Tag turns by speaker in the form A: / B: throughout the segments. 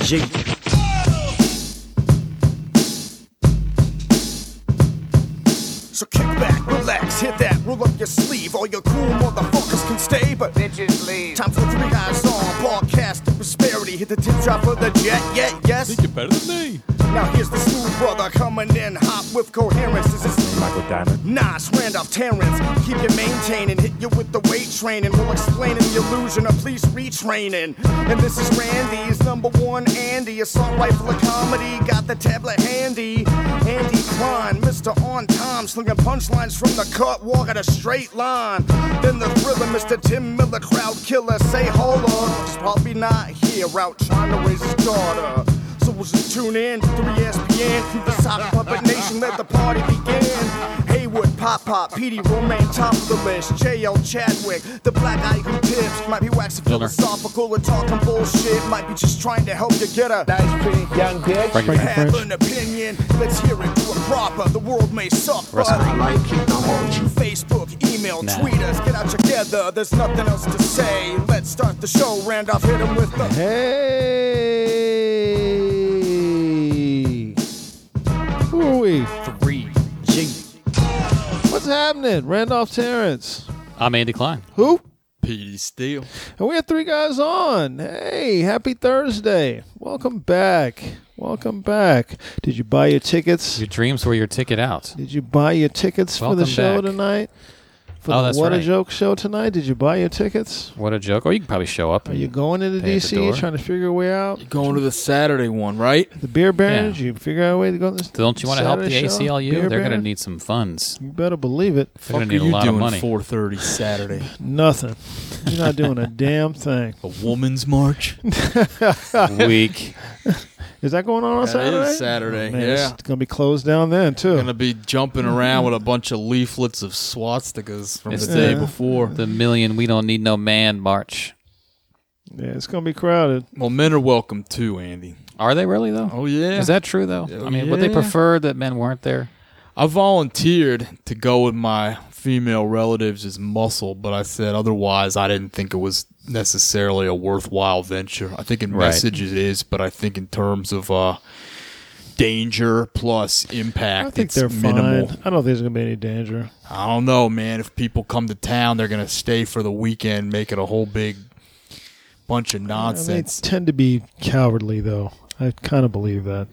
A: magique.
B: So kick back, relax, hit that, roll up your sleeve. All your cool motherfuckers can stay, but
C: Bitches leave.
B: time for three eyes on. Broadcast the prosperity, hit the tip drop of the jet, yeah, yes.
D: Think you're better than me.
B: Now here's the smooth brother coming in hot with coherence. This is
A: Michael Diamond.
B: Nas, Randolph, Terrence. Keep you maintaining, hit you with the weight training. We'll explain in the illusion of police retraining. And this is Randy's number one Andy. Assault rifle of comedy, got the tablet handy. Andy Klein, Mr. On Time, slinging punchlines from the cut, walk at a straight line. Then the thriller, Mr. Tim Miller, crowd killer. Say hola, he's probably not here, out trying to raise his daughter. So we'll just tune in to E 3SPN through the sock puppet nation. Let the party begin. Haywood, Pop Pop, Petey, Romaine, top of the list. JL Chadwick, the black eye who tips. Might be waxing
D: Miller.
B: philosophical or talking bullshit. Might be just trying to help you get a
C: Nice pretty young bitch.
D: Frankie Frank.
B: have an opinion. Let's hear it do it proper. The world may suck, but I like it. I'm on you. Facebook, email,
D: Nah.
B: tweet us. Get out together. There's nothing else to say. Let's start the show. Randolph hit him with the.
E: Hey! Who are we?
A: Three G.
E: What's happening? Randolph Terrence.
D: I'm Andy Klein.
E: Who?
D: Petey Steele.
E: And we have three guys on. Hey, happy Thursday. Welcome back. Welcome back. Did you buy your tickets?
D: Your dreams were your ticket out.
E: Did you buy your tickets for the
D: Welcome
E: show
D: back.
E: tonight? For
D: Oh,
E: the
D: that's
E: What a
D: right.
E: Joke show tonight? Did you buy your tickets?
D: What a joke. Or you can probably show up.
E: Are you going into
D: Pay at the door.
E: DC trying to figure a way out?
F: Going to the Saturday one, right?
E: The beer barons,
D: Yeah.
E: you figure out a way to go. to this
D: Don't you want to help the
E: Saturday show?
D: ACLU?
E: Beer
D: They're going to
E: Baron?
D: need some funds.
E: You better believe it.
D: They're going
F: Fuck
D: to need
F: are
D: a
F: you
D: lot of
F: doing
D: money.
F: 4:30 Saturday.
E: Nothing. You're not doing a damn thing.
D: Oh.
F: A woman's march.
D: Week.
E: Is that going on on
F: That
E: Saturday?
F: is Saturday.
E: Man,
F: yeah.
E: It's gonna be closed down then too.
F: Gonna be jumping around with a bunch of leaflets of swastikas from
D: It's
F: the day
D: the-
F: before.
D: The million we don't need no man march.
E: yeah, it's gonna be crowded.
F: Well, men are welcome too, Andy.
D: Are they really though?
F: Oh yeah.
D: Is that true though?
F: Oh,
D: I mean, would they
F: yeah.
D: prefer that men weren't there?
F: I volunteered to go with my female relatives as muscle, but I said otherwise I didn't think it was necessarily a worthwhile venture. I think in
D: Right.
F: message it is, but I think in terms of uh danger plus impact
E: I think
F: it's
E: they're
F: minimal.
E: fine. I don't think there's gonna be any danger.
F: I don't know, man. If people come to town, they're gonna stay for the weekend, make it a whole big bunch
E: I
F: of
E: mean, They
F: nonsense.
E: tend to be cowardly though. I kind of believe that.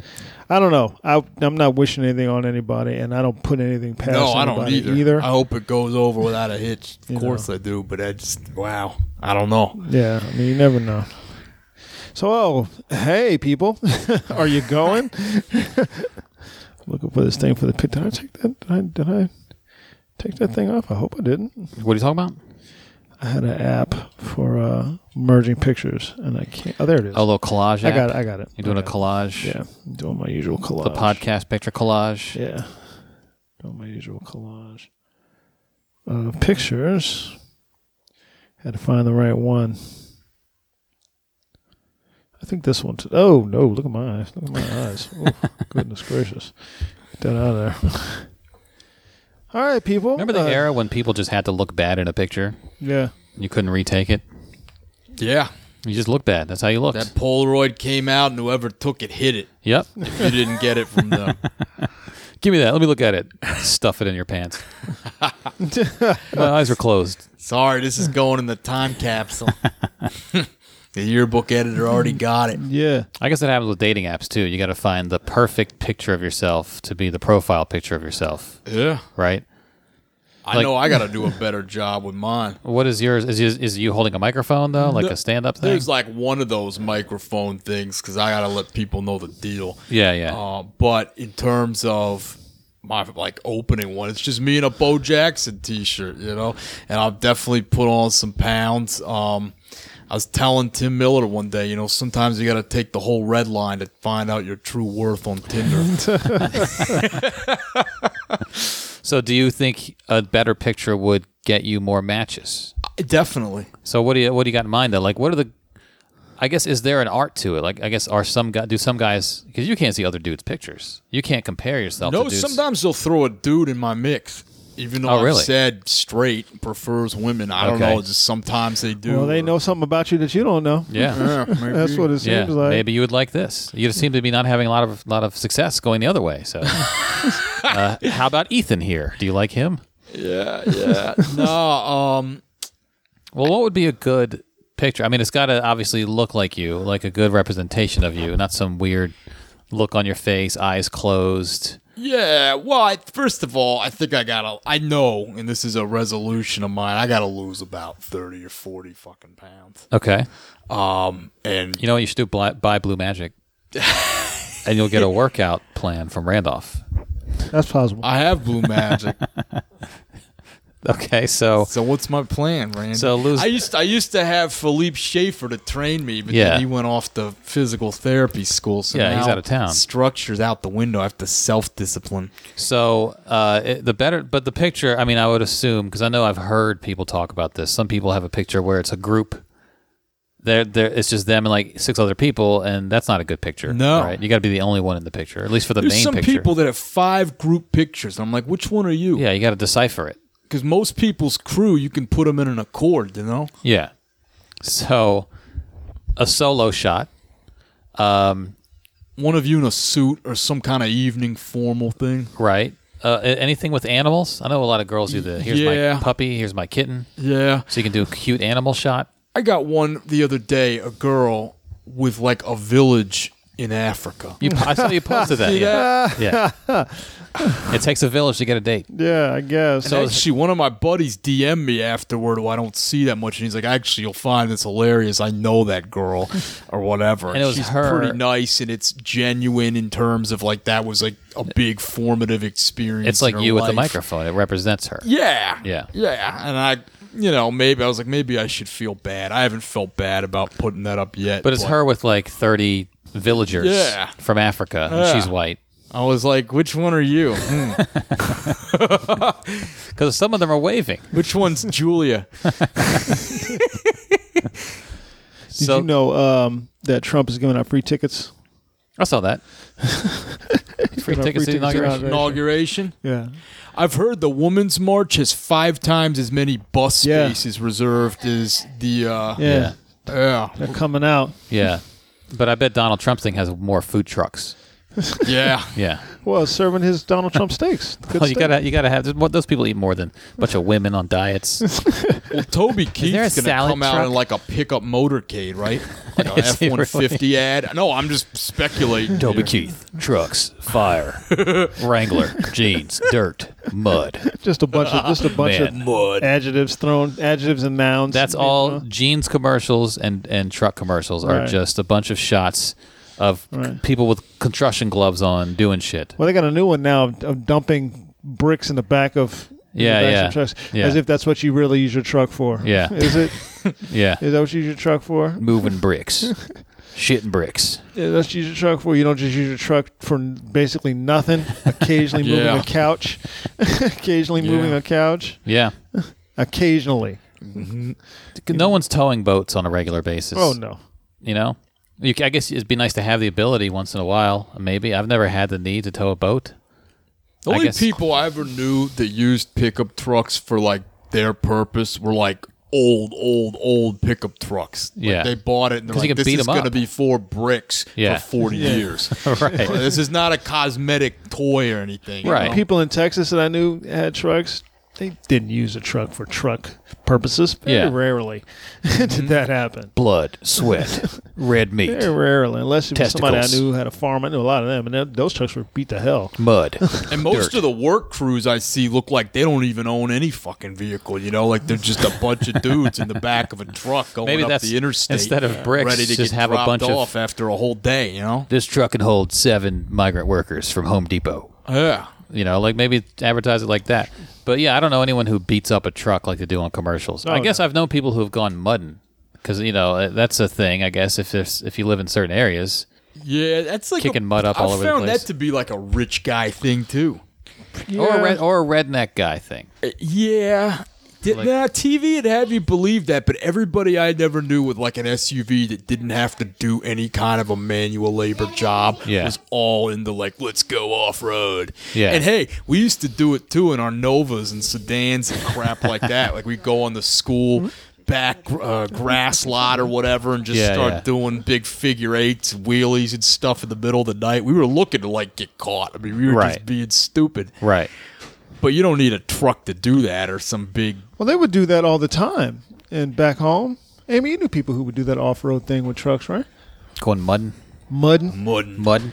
E: I don't know. I, I'm not wishing anything on anybody, and I don't put anything past
F: no, I don't
E: anybody
F: either. I hope it goes over without a hitch. Of
E: You
F: course I do, but I just wow. I don't know.
E: Yeah, I mean, you never know. So, oh, hey, people, are you going? Looking for this thing for the pic. Did I take that? Did I, did I take that thing off? I hope I didn't.
D: What are you talking about?
E: I had an app for uh, merging pictures, and I can't. Oh, there it is.
D: A little collage.
E: I
D: app?
E: got it. I got it.
D: You're doing a
E: Okay.
D: collage.
E: Yeah, I'm doing my usual collage.
D: The podcast picture collage.
E: Yeah, doing my usual collage. Uh, pictures. Had to find the right one. I think this one's. Oh no! Look at my eyes. Look at my eyes. Oh, goodness gracious! Get that out of there. All right, people.
D: Remember the
E: Uh,
D: era when people just had to look bad in a picture?
E: Yeah.
D: You couldn't retake it.
F: Yeah.
D: You just looked bad. That's how you looked.
F: That Polaroid came out, and whoever took it hit it.
D: yep.
F: If you didn't get it from them,
D: Give me that. Let me look at it. Stuff it in your pants. My eyes were closed.
F: sorry, this is going in the time capsule. the yearbook editor already got it.
E: Yeah.
D: I guess that happens with dating apps too. You got to find the perfect picture of yourself to be the profile picture of yourself,
F: Yeah,
D: right?
F: I
D: Like-
F: know I got to do a better job with mine.
D: What is yours? Is is, is you holding a microphone though, like a stand up thing?
F: There's like one of those microphone things because I got to let people know the deal.
D: yeah, yeah.
F: Uh, but in terms of my like opening one, it's just me in a Bo Jackson t-shirt, you know, and I've definitely put on some pounds. Um, I was telling Tim Miller one day, you know, sometimes you got to take the whole red line to find out your true worth on Tinder.
D: So, do you think a better picture would get you more matches?
F: definitely.
D: So, what do you what do you got in mind though? Like, what are the? I guess is there an art to it? Like, I guess are some guy do some guys because you can't see other dudes' pictures. You can't compare yourself.
F: No,
D: to dudes.
F: sometimes they'll throw a dude in my mix. even though
D: Oh,
F: I've
D: really?
F: said straight prefers women. I don't
D: Okay.
F: know. Just sometimes they do.
E: Well, they
F: or-
E: know something about you that you don't know.
D: Yeah.
F: Yeah, maybe.
E: That's what it seems
D: Yeah,
E: like. Hmm.
D: maybe you would like this. You seem to be not having a lot of lot of success going the other way. So, uh, how about Ethan here? Do you like him?
F: Yeah, yeah. no, um,
D: Well, what would be a good picture? I mean, it's got to obviously look like you, like a good representation of you, not some weird look on your face, eyes closed.
F: yeah. Well, I, first of all, I think I gotta. I know, and this is a resolution of mine. I gotta lose about thirty or forty fucking pounds.
D: Okay.
F: Um, and
D: You know what you should do? Buy, buy Blue Magic, and you'll get a workout plan from Randolph.
E: That's possible.
D: Uh,
F: I have blue magic.
D: Okay, so
F: So what's my plan, Randy?
D: So lose-
F: I used I used to have Philippe Schaefer to train me, but
D: Yeah.
F: then he went off to physical therapy school. So
D: Yeah, he's
F: now
D: out of town.
F: Structures out the window. I have to self discipline.
D: So uh, it, the better, but the picture. I mean, I would assume because I know I've heard people talk about this. Some people have a picture where it's a group. There, there. It's just them and like six other people, and that's not a good picture.
F: No.
D: right? You got to be the only one in the picture, at least for the
F: There's
D: main
F: some
D: picture.
F: people that have five group pictures, and I'm like, which one are you?
D: yeah, you got to decipher it.
F: because most people's crew, you can put them in an accord. You know,
D: Yeah. So, a solo shot. Um,
F: one of you in a suit or some kind of evening formal thing.
D: right. Uh, a- anything with animals? I know a lot of girls do the. Here's
F: Yeah.
D: my puppy. Here's my kitten.
F: Yeah,
D: So you can do a cute animal shot.
F: I got one the other day. A girl with like a village in Africa.
D: You, I saw you posted that. yeah. Yeah. it takes a village to get a date.
E: yeah, I guess.
F: So actually, one of my buddies DM'd me afterward. Who I don't see that much, and he's like, "Actually, you'll find this hilarious. I know that girl, or whatever."
D: And it was
F: She's
D: her-
F: pretty nice, and it's genuine in terms of like that was like a big formative experience.
D: It's like
F: in her
D: you with the
F: life.
D: microphone. It represents her.
F: Yeah,
D: Yeah.
F: yeah. And I, you know, maybe I was like, maybe I should feel bad. I haven't felt bad about putting that up yet.
D: But it's her with like 30 villagers
F: Yeah.
D: from Africa. and
F: Yeah.
D: she's white.
F: I was like, which one are you? Hmm.
D: Because some of them are waving.
F: which one's Julia?
E: Did
D: so
E: you know um, that Trump is giving out free tickets?
D: I saw that. free
E: Giving out
D: tickets to the inauguration.
F: Inauguration.
E: Yeah.
F: I've heard the Women's March has five times as many bus
E: Yeah.
F: spaces reserved as the. Uh,
E: yeah,
D: Yeah.
F: yeah,
E: They're coming out.
D: Yeah. But I bet Donald Trump's thing has more food trucks.
F: yeah.
D: Yeah.
E: Well, serving his Donald Trump steaks. Good
D: Well, Oh, you
E: steak.
D: gotta, you gotta have there's more- those people eat more than a bunch of women on diets.
F: Well, Toby
D: there a
F: Keith's gonna
D: salad
F: come out
D: truck?
F: in like a pickup motorcade, right? Like a
D: Is
F: F
D: he
F: one fifty ad. No, I'm just speculating.
D: Toby
F: here.
D: Keith, trucks, fire, Wrangler, jeans, dirt, mud,
E: just a bunch of just a bunch
D: Man.
E: of adjectives thrown, adjectives and nouns.
D: That's
E: you
D: all
E: know?
D: jeans commercials and, and truck commercials are
E: Right.
D: just a bunch of shots of
E: Right.
D: people with construction gloves on doing shit.
E: Well, they got a new one now of, of dumping bricks in the back of in the
D: Yeah,
E: backs of
D: yeah.
E: trucks,
D: Yeah.
E: as if that's what you really use your truck for.
D: Yeah.
E: is it?
D: Yeah.
E: Is that what you use your truck for?
D: Moving bricks. Shitting bricks.
E: Yeah, that's what you use your truck for. You don't just use your truck for n- basically nothing. Occasionally moving
F: Yeah.
E: a couch. Occasionally moving
F: Yeah.
E: a couch.
D: Yeah.
E: Occasionally.
D: No one's towing boats on a regular basis.
E: Oh no.
D: You know? You, c- I guess it'd be nice to have the ability once in a while, maybe. I've never had the need to tow a boat.
F: The
D: I
F: only
D: guess-
F: people I ever knew that used pickup trucks for like their purpose were like old, old, old pickup trucks. Like,
D: Yeah.
F: they bought it and they're
D: 'Cause you
F: like,
D: can
F: "This
D: beat
F: is
D: 'em up.
F: going to be four bricks
D: Yeah.
F: for forty years."
D: Right.
F: this is not a cosmetic toy or anything. you
D: Right.
F: know?
E: People in Texas that I knew had trucks. They didn't use a truck for truck purposes. Very
D: Yeah. Mm-hmm.
E: rarely did that happen.
D: Blood, sweat, red meat,
E: Very rarely, unless it was somebody I
D: Testicles.
E: knew had a farm. I knew a lot of them, and th- those trucks were beat to hell.
D: mud.
F: And most
D: Dirt.
F: of the work crews I see look like they don't even own any fucking vehicle. You know, like they're just a bunch of dudes in the back of a truck going
D: Maybe
F: up
D: that's-
F: the interstate
D: instead of bricks,
F: ready to
D: just
F: get
D: have a
F: dropped
D: bunch of-
F: off after a whole day. You know?
D: This truck can hold seven migrant workers from Home Depot.
F: Yeah.
D: You know, like maybe advertise it like that. But yeah, I don't know anyone who beats up a truck like they do on
E: Oh,
D: commercials. I guess I've known people who have gone mudding because you know uh, that's a thing. I guess if there's if you live in certain areas,
F: Yeah, that's like
D: Kicking mud up all
F: I
D: over the
F: found
D: place.
F: that to be like a rich guy thing too.
D: or a red, or a redneck guy thing.
F: Yeah, Did,
D: Like-
F: nah, TV would have you believe that, but everybody I never knew with like an SUV that didn't have to do any kind of a manual labor job
D: Yeah.
F: was all into like, let's go off road.
D: Yeah.
F: And hey, we used to do it too in our Novas and sedans and crap like that. Like we go on the school back uh, grass lot or whatever and just
D: Yeah,
F: start
D: yeah.
F: doing big figure eights, wheelies and stuff in the middle of the night. We were looking to like get caught. I mean, we were
D: Right.
F: just being stupid.
D: Right.
F: But you don't need a truck to do that or some big
E: Well, they would do that all the time. And back home, Amy, you knew people who would do that off road thing with trucks, right?
D: Going mudding,
E: Mudding.
F: mud.
D: mudding.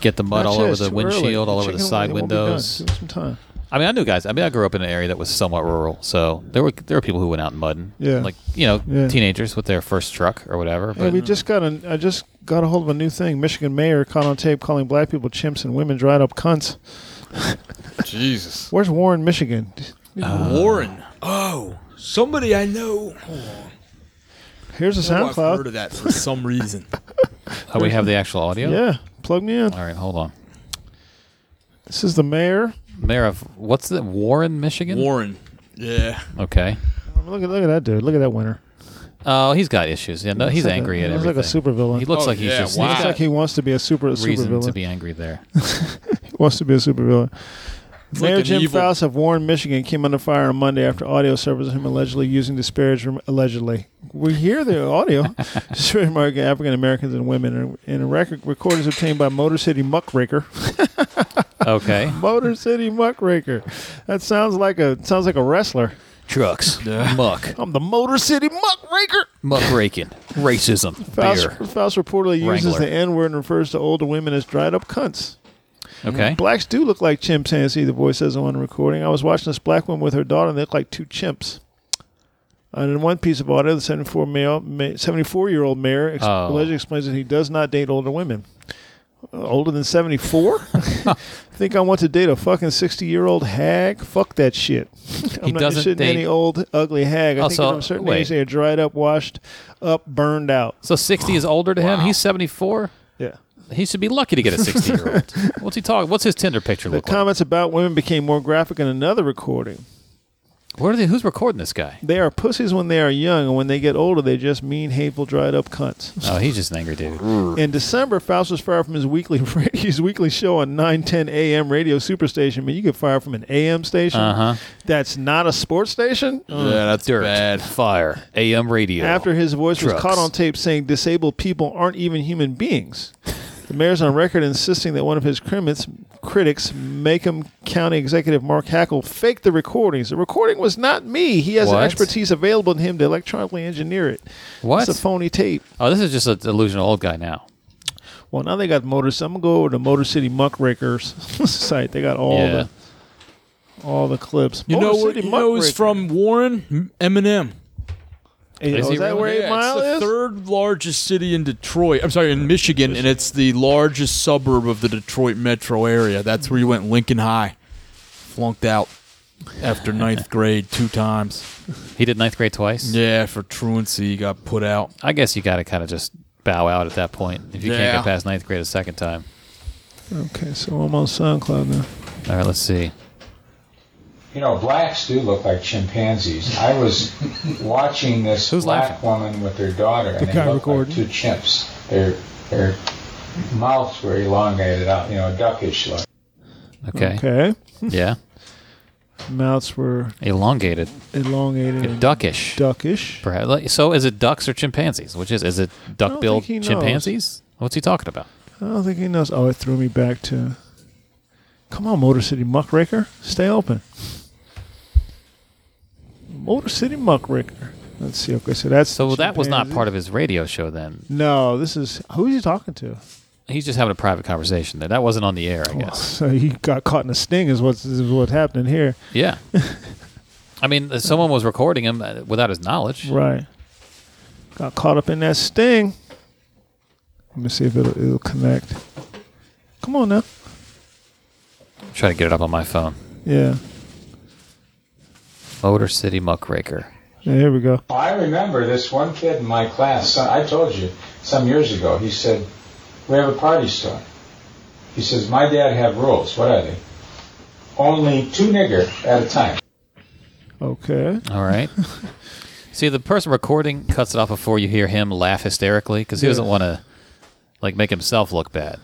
D: Get the mud
E: Not
D: all over
E: just
D: the
E: too early.
D: windshield, all over the
E: Chicken
D: side
E: wing won't be done.
D: windows.
E: Give it some time.
D: I mean, I knew guys. I mean, I grew up in an area that was somewhat rural, so there were there were people who went out and mudding.
E: Yeah.
D: like you know,
E: Yeah.
D: teenagers with their first truck or whatever.
E: Hey,
D: But uh-huh.
E: we just got a. I just got a hold of a new thing. Michigan mayor caught on tape calling black people chimps and women dried up cunts.
F: Jesus.
E: Where's Warren, Michigan?
F: Uh, Warren. Oh, somebody I know. Oh,
E: Here's a
F: I've heard
E: SoundCloud.
F: of that for some reason.
D: oh, we have the actual audio.
E: Yeah, plug me in.
D: All right, hold on.
E: This is the mayor.
D: Mayor of what's the Warren, Michigan?
F: Warren. Yeah.
D: Okay.
E: Look at look at that dude. Look at that winner.
D: Oh, he's got issues. Yeah, no, he's
E: like a-
D: angry at
E: he looks
D: everything.
E: like a supervillain.
D: He looks
F: Oh,
D: like he's
F: yeah,
D: just
F: wow.
D: he's
E: Looks
D: got
E: like he wants to be a super a
D: reason
E: supervillain.
D: to be angry there.
E: wants to be a supervillain.
F: like
E: Mayor
F: an
E: Jim
F: evil-
E: Faust of Warren, Michigan, came under fire on Monday after audio service of him allegedly using disparaging allegedly. We hear the audio disparaging remark of African Americans and women, and a record record is obtained by Motor City Muckraker.
D: Okay.
E: Motor City Muckraker. That sounds like a sounds like a wrestler.
D: Trucks, muck,
E: I'm the Motor City Muckraker.
D: muck raking, racism,
E: Faust,
D: beer.
E: Faust reportedly uses
D: Wrangler.
E: the N word and refers to older women as dried up cunts.
D: Okay.
E: Blacks do look like chimpanzee, the voice says on the recording. I was watching this black woman with her daughter, and they look like two chimps. And in one piece of audio, the 74 male, ma- 74 year old mayor ex-
D: Oh.
E: allegedly explains that he does not date older women. Uh, older than 74? Think I want to date a fucking 60 year old hag? Fuck that shit. I'm
D: He
E: not
D: doesn't
E: interested in
D: date-
E: any old, ugly hag. I
D: Oh,
E: think
D: so-
E: I'm certain
D: wait.
E: age they are dried up, washed up, burned out.
D: So 60 is older to him. He's 74.
E: Yeah.
D: He should be lucky to get a 60 year old. What's he talking? What's his Tinder picture
E: The
D: look like?
E: comments about women became more graphic in another recording.
D: Where are they, who's recording this guy?
E: They are pussies when they are young, and when they get older, they're just mean, hateful, dried up cunts.
D: Oh, he's just an angry dude.
E: In December, Faust was fired from his weekly his weekly show on 910 AM radio superstation. I mean, you get fired from an AM station
D: Uh-huh.
E: that's not a sports station.
F: Yeah, that's
D: Dirt,
F: bad.
D: fire, AM radio.
E: After his voice was
D: Trucks.
E: caught on tape saying disabled people aren't even human beings. The mayor's on record insisting that one of his crimits, critics, Macomb County Executive Mark Hackle, faked the recordings. The recording was not me. He has the
D: What?
E: expertise available to him to electronically engineer it.
D: What?
E: It's a phony tape.
D: oh, this is just a delusional old guy now.
E: Well, now they got Motor. So I'm gonna go over to Motor City Muckrakers site. They got all
D: yeah.
E: the all the clips.
F: You
E: Motor
F: know what?
E: City
F: You know is
E: Muckraker.
F: from Warren? Eminem.
E: Hey,
D: Is
E: oh,
D: he
E: is that
D: really?
E: where Eight
F: Yeah,
E: Mile
F: it's
E: is?
F: the third largest city in Detroit. I'm sorry, in Michigan, and it's the largest suburb of the Detroit metro area. That's where you went Lincoln High. Flunked out after ninth grade two times.
D: He did ninth grade twice.
F: Yeah, for truancy, he got put out.
D: I guess you got to kind of just bow out at that point if you can't
F: Yeah.
D: get past ninth grade a second time.
E: Okay, so I'm on SoundCloud now.
D: All right, let's see.
A: You know, blacks do look like chimpanzees. I was watching this
D: Who's
A: black woman with her daughter, and
E: guy
A: they look
E: recording.
A: like two chimps. Their their mouths were elongated out, you know, duckish like.
D: Okay.
E: Okay,
D: Yeah.
E: mouths were
D: Elongated,
E: elongated, and
D: duckish.
E: duckish.
D: perhaps. Like, So is it ducks or chimpanzees? Which is is it
E: think
D: duck-billed
E: he knows.
D: chimpanzees? What's he talking about?
E: I don't think he knows. Oh, it threw me back to. Come on, Motor City Muckraker, stay open. Motor City Muckraker. Let's see. Okay, so that's
D: So that was not
E: chimpanzee.
D: part of his radio show then.
E: No, this is who is he talking to?
D: He's just having a private conversation there. That wasn't on the air, I guess.
E: So he got caught in a sting is what's is what's happening here.
D: Yeah. I mean, uh, someone was recording him uh, without his knowledge.
E: Right. Got caught up in that sting. Let me see if it'll it'll connect. Come on now.
D: Try to get it up on my phone.
E: Yeah.
D: Motor City Muckraker.
E: yeah here we go.
A: I remember this one kid in my class. so- I told you some years ago. He said, "We have a party store." He says, "My dad had rules. What are they? Only two nigger at a time."
E: Okay.
D: All right. See, the person recording cuts it off before you hear him laugh hysterically because he doesn't want to like make himself look bad.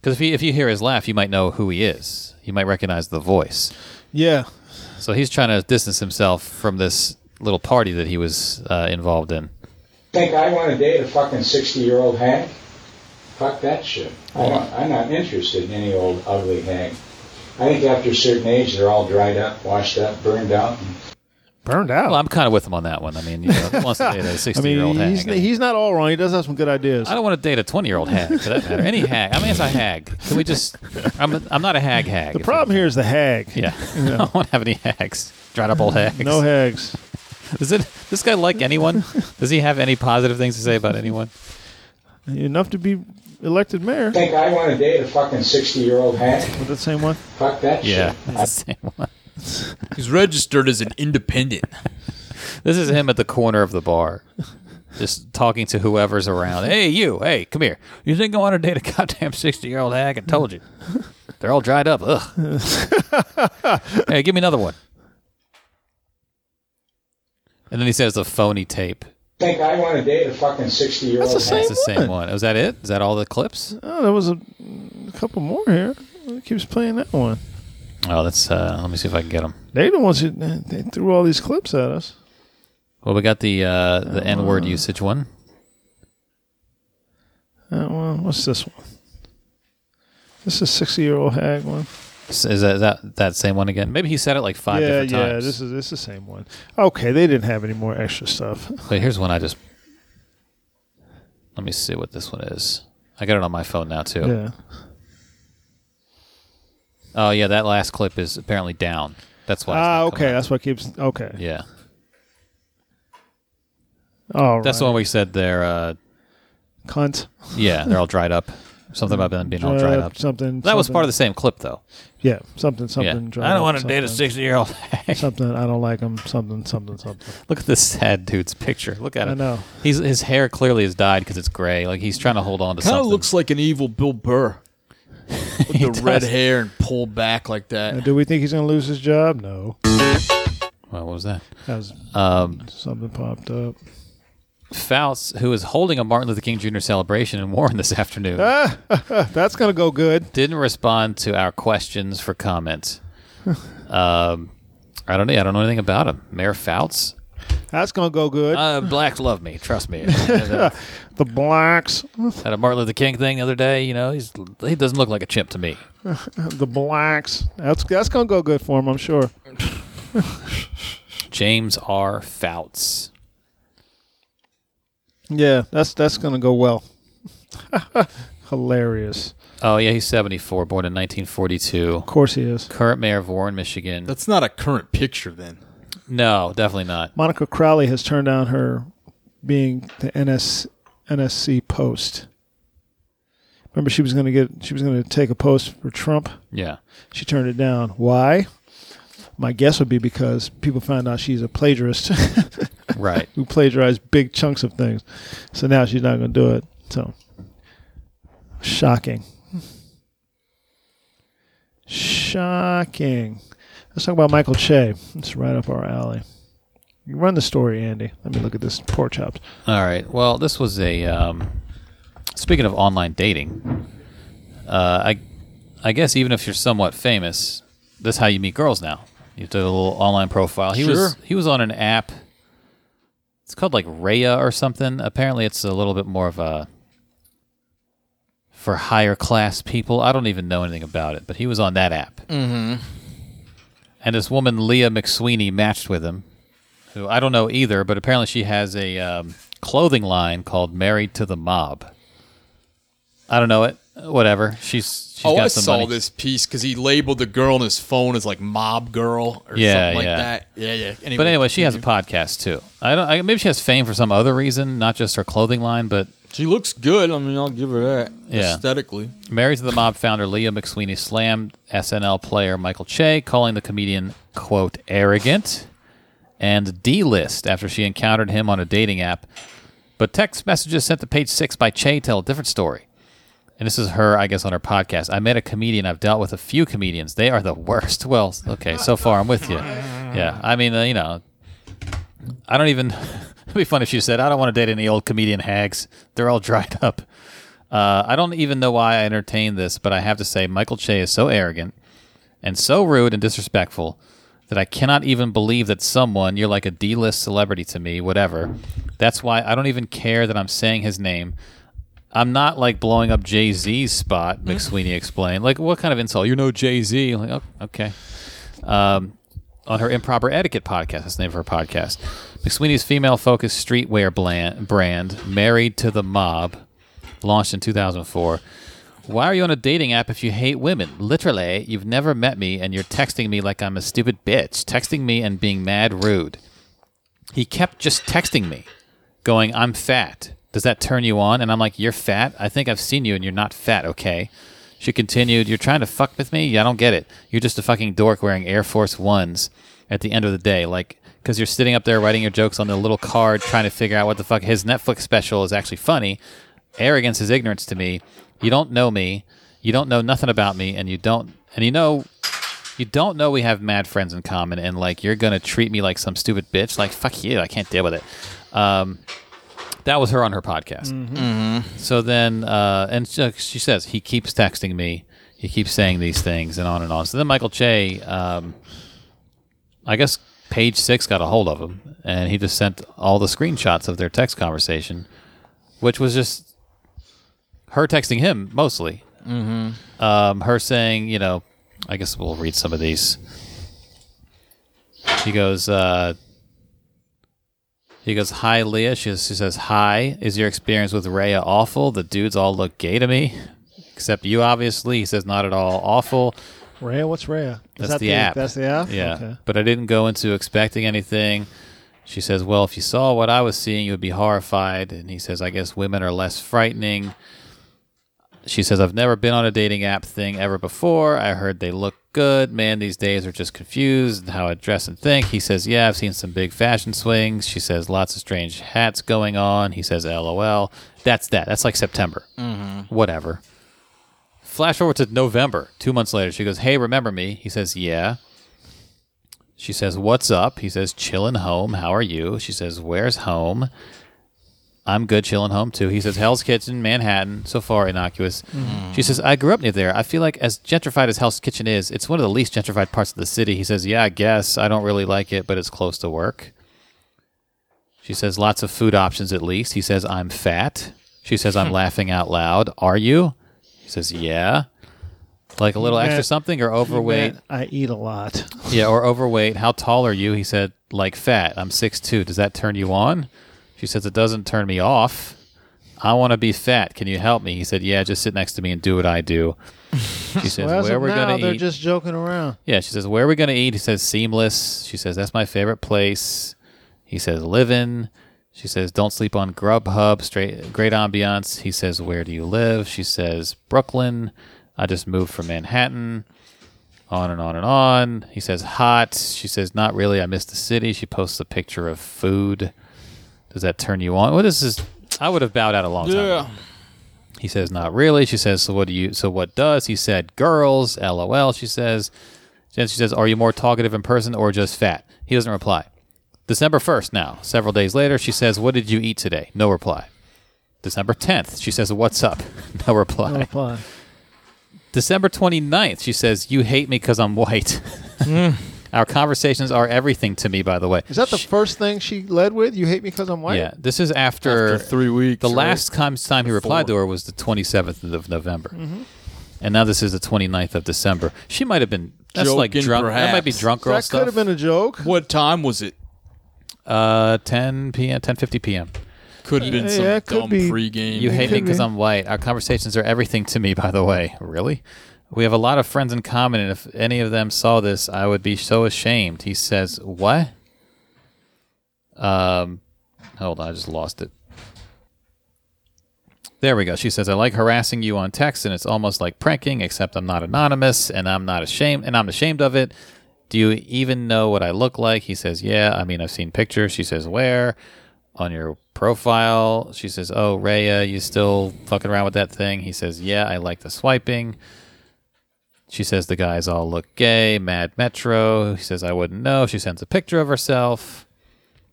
D: Because if, he, if you hear his laugh, you might know who he is. You might recognize the voice.
E: Yeah.
D: So he's trying to distance himself from this little party that he was uh, involved in.
A: Think I want to date a fucking 60 year old hag? Fuck that shit. I don't, I'm not interested in any old ugly hag. I think after a certain age, they're all dried up, washed up, burned out. and
E: Burned out.
D: Well, I'm kind of with him on that one. I mean, you know, once a date a 60
E: I mean,
D: year old
E: he's,
D: hag.
E: he's not all wrong. He does have some good ideas.
D: I don't want to date a 20 year old hag for that matter. Any hag. I'm anti hag. Can we just. I'm, a, I'm not a hag hag.
E: The problem here is the hag.
D: Yeah. I don't want to have any hags. Dried up old hags.
E: No hags.
D: Does it? This guy like anyone? Does he have any positive things to say about anyone?
E: Enough to be elected mayor.
A: Think I want to date a fucking 60 year old hag?
E: With the same one.
A: Fuck that shit.
D: It's the same one.
F: He's registered as an independent.
D: This is him at the corner of the bar, just talking to whoever's around. Hey, you. Hey, come here. You think I want to date a goddamn sixty-year-old hag? I told you. They're all dried up. Ugh. hey, give me another one. And then he says the phony tape.
A: Think I want to date a fucking 60 year old
E: That's the
A: hag?
E: Same
D: It's the same
E: one.
D: one. Was that it? Is that all the clips?
E: Oh, there was a, a couple more here. It keeps playing that one.
D: Oh, that's. Uh, let me see if I can get them.
E: They the ones who they threw all these clips at us.
D: Well, we got the uh, the N-word usage one.
E: Uh, well, what's this one? This is sixty year old hag one.
D: S- Is that, that that same one again? Maybe he said it like five
E: yeah,
D: different
E: yeah.
D: times.
E: This is this is the same one. Okay, they didn't have any more extra stuff.
D: Wait, here's one I just. Let me see what this one is. I got it on my phone now too.
E: Yeah.
D: Oh yeah, that last clip is apparently down. That's why. it's
E: Ah,
D: not
E: okay.
D: coming up.
E: That's what keeps. Okay.
D: Yeah,
E: All right.
D: that's the one we said they're. Uh,
E: Cunt.
D: yeah, they're all dried up. Something about them being all dried
E: Uh,
D: up.
E: Something.
D: That was
E: something-
D: part of the same clip though.
E: Yeah. Something.
D: Yeah.
E: Something.
D: I don't want to
E: to
D: date a sixty-year-old.
E: Something. I don't like them. Something. Something. Something.
D: Look at this sad dude's picture. Look at
E: I
D: him.
E: know.
D: He's his hair clearly has dyed because it's gray. Like he's trying to hold on to
F: Kind of
D: something.
F: looks like an evil Bill Burr. With the red hair and pulled back like
E: Now,
F: that.
E: do we think he's going to lose his job? No.
D: Well, what was that?
E: That was
D: Um,
E: something popped up.
D: Fouts, who is holding a Martin Luther King Jr. celebration in Warren this afternoon,
E: That's going to go good.
D: didn't respond to our questions for comment. Um, I don't know. I don't know anything about him. Mayor Fouts,
E: That's going to go good.
D: uh, blacks love me. Trust me. Had
E: the blacks.
D: a Martin Luther King thing the other day. You know, he's he doesn't look like a chimp to me.
E: The blacks. That's that's going to go good for him, I'm sure.
D: James R. Fouts.
E: Yeah. That's that's going to go well. Hilarious.
D: Oh yeah, he's 74, born in 1942.
E: Of course he is.
D: Current mayor of Warren, Michigan.
F: That's not a current picture then.
D: No, definitely not.
E: Monica Crowley has turned down her being the NS, NSC post. Remember, she was going to get she was going to take a post for Trump.
D: Yeah.
E: She turned it down. Why? My guess would be because people found out she's a plagiarist
D: Right.
E: who plagiarized big chunks of things. So now she's not going to do it. So shocking. Shocking. Let's talk about Michael Che. It's right up our alley. You run the story, Andy. Let me look at this pork chops.
D: All right. Well, this was a. Um, speaking of online dating, uh, I, I guess even if you're somewhat famous, that's how you meet girls now. You do a little online profile. He
F: Sure.
D: was he was on an app. It's called like Raya or something. Apparently, it's a little bit more of a for higher class people. I don't even know anything about it, but he was on that app. Mm-hmm. And this woman Leah McSweeney matched with him who I don't know either, but apparently she has a um, clothing line called "Married to the Mob." I don't know it. Whatever. She's. she's
F: oh,
D: got
F: I
D: some
F: saw
D: money.
F: this piece because he labeled the girl on his phone as like mob girl or
D: Yeah,
F: something like
D: yeah.
F: that. Yeah, yeah. Anyway,
D: But anyway, she has a
F: continue.
D: podcast too. I don't. I, maybe she has fame for some other reason, not just her clothing line. But
F: She looks good. I mean, I'll give her that.
D: Yeah.
F: Aesthetically.
D: "Married to the Mob" founder Leah McSweeney slammed SNL player Michael Che, calling the comedian "quote arrogant" and "D-list" after she encountered him on a dating app. But text messages sent to page six by Che tell a different story. and this is her, I guess, on her podcast. I met a comedian. I've dealt with a few comedians. They are the worst. Well, okay, so far I'm with you. Yeah, I mean, uh, you know, I don't even. it'd be fun if she said, "I don't want to date any old comedian hags. They're all dried up." Uh, I don't even know why I entertained this, but I have to say, Michael Che is so arrogant and so rude and disrespectful that I cannot even believe that someone, you're like a D list celebrity to me, whatever. That's why I don't even care that I'm saying his name. I'm not like blowing up Jay Z's spot, McSweeney explained. Like, what kind of insult? You know Jay Z. Like, oh, okay. Um, on her Improper Etiquette podcast, that's the name of her podcast. McSweeney's female focused streetwear bland, brand, Married to the Mob, launched in 2004. Why are you on a dating app if you hate women? Literally, you've never met me and you're texting me like I'm a stupid bitch, texting me and being mad rude. He kept just texting me, going, I'm fat. Does that turn you on? And I'm like, You're fat? I think I've seen you and you're not fat, okay? She continued, You're trying to fuck with me? Yeah, I don't get it. You're just a fucking dork wearing Air Force Ones at the end of the day. Like, because you're sitting up there writing your jokes on the little card, trying to figure out what the fuck his Netflix special is actually funny. Arrogance is ignorance to me. You don't know me. You don't know nothing about me, and you don't, and you know, you don't know we have mad friends in common, and like you're gonna treat me like some stupid bitch. Like fuck you, I can't deal with it. Um, that was her on her podcast. So then, uh, and so she says he keeps texting me. He keeps saying these things and on and on. So then Michael Che, um, I guess page six got a hold of him, and he just sent all the screenshots of their text conversation, which was just her texting him mostly. Mm-hmm. Um, her saying, you know, I guess we'll read some of these. He goes, uh, he goes, "Hi, Leah." She, she says, "Hi." Is your experience with Raya awful? The dudes all look gay to me, except you, obviously. He says, "Not at all awful."
E: Raya, what's Raya? Is
D: That's
E: that
D: the app.
E: That's the app.
D: Yeah,
E: Okay.
D: but I didn't go into expecting anything. She says, "Well, if you saw what I was seeing, you would be horrified." And he says, "I guess women are less frightening." She says, "I've never been on a dating app thing ever before. I heard they look good. Man, these days are just confused in how I dress and think." He says, "Yeah, I've seen some big fashion swings." She says, "Lots of strange hats going on." He says, "LOL." That's that. That's like September. Whatever. Flash forward to November. Two months later, she goes, "Hey, remember me?" He says, "Yeah." She says, What's up? He says, Chillin' home. How are you? She says, Where's home? I'm good, chillin' home too. He says, Hell's Kitchen, Manhattan. So far, innocuous. She says, I grew up near there. I feel like, as gentrified as Hell's Kitchen is, it's one of the least gentrified parts of the city. He says, Yeah, I guess. I don't really like it, but it's close to work. She says, Lots of food options at least. He says, I'm fat. She says, I'm laughing out loud. Are you? He says, Yeah. Like a little extra
E: bet.
D: something or overweight.
E: Man, I eat a lot.
D: Yeah, or overweight. How tall are you? He said, like fat. I'm 6'2. Does that turn you on? She says, it doesn't turn me off. I want to be fat. Can you help me? He said, yeah, just sit next to me and do what I do. She says,
E: Well, as
D: where
E: of
D: we're
E: now,
D: going to
E: they're
D: eat.
E: just joking around.
D: yeah, she says, where are we going to eat? He says, seamless. She says, that's my favorite place. He says, living. She says, don't sleep on Grubhub. Straight, great ambiance. He says, where do you live? She says, Brooklyn. I just moved from Manhattan on and on and on. He says hot. She says not really. I miss the city. She posts a picture of food. Does that turn you on? What is this? I would have bowed out a long time. ago. He says not really. She says so. What do you? So what does he said? Girls. LOL. She says. Then she says, are you more talkative in person or just fat? He doesn't reply. December first. Now, several days later, she says, "What did you eat today?" No reply. December tenth. She says, "What's up?" No reply.
E: No fun.
D: December 29th, she says, You hate me because I'm white. Our conversations are everything to me, by the way.
E: Mm. Is that the
D: She-
E: first thing she led with? You hate me because I'm white.
D: Yeah, this is after,
F: After three weeks,
D: The
F: right?
D: last time, time he replied to her was the 27th of November. And now this is the 29th of December. She might have been, that's like
F: Joking,
D: drunk. That might be
F: perhaps.
D: drunk girl
E: that could
D: stuff.
E: have been a joke.
F: What time was it?
D: uh, 10 p.m., 10.50 p.m.
F: Could have been
E: Yeah,
F: some
E: it could
F: dumb
E: be.
F: pregame.
D: You hate me
E: could
D: because
E: be.
D: I'm white. Our conversations are everything to me, by the way. Really? We have a lot of friends in common, and if any of them saw this, I would be so ashamed. He says, What? Um, hold on, I just lost it. There we go. She says, I like harassing you on text, and it's almost like pranking, except I'm not anonymous, and I'm not ashamed, and I'm ashamed of it. Do you even know what I look like? He says, Yeah. I mean, I've seen pictures. She says, Where? On your profile. She says, "Oh, Raya, you still fucking around with that thing?" He says, "Yeah, I like the swiping." She says the guys all look gay. Mad Metro. He says, "I wouldn't know." She sends a picture of herself.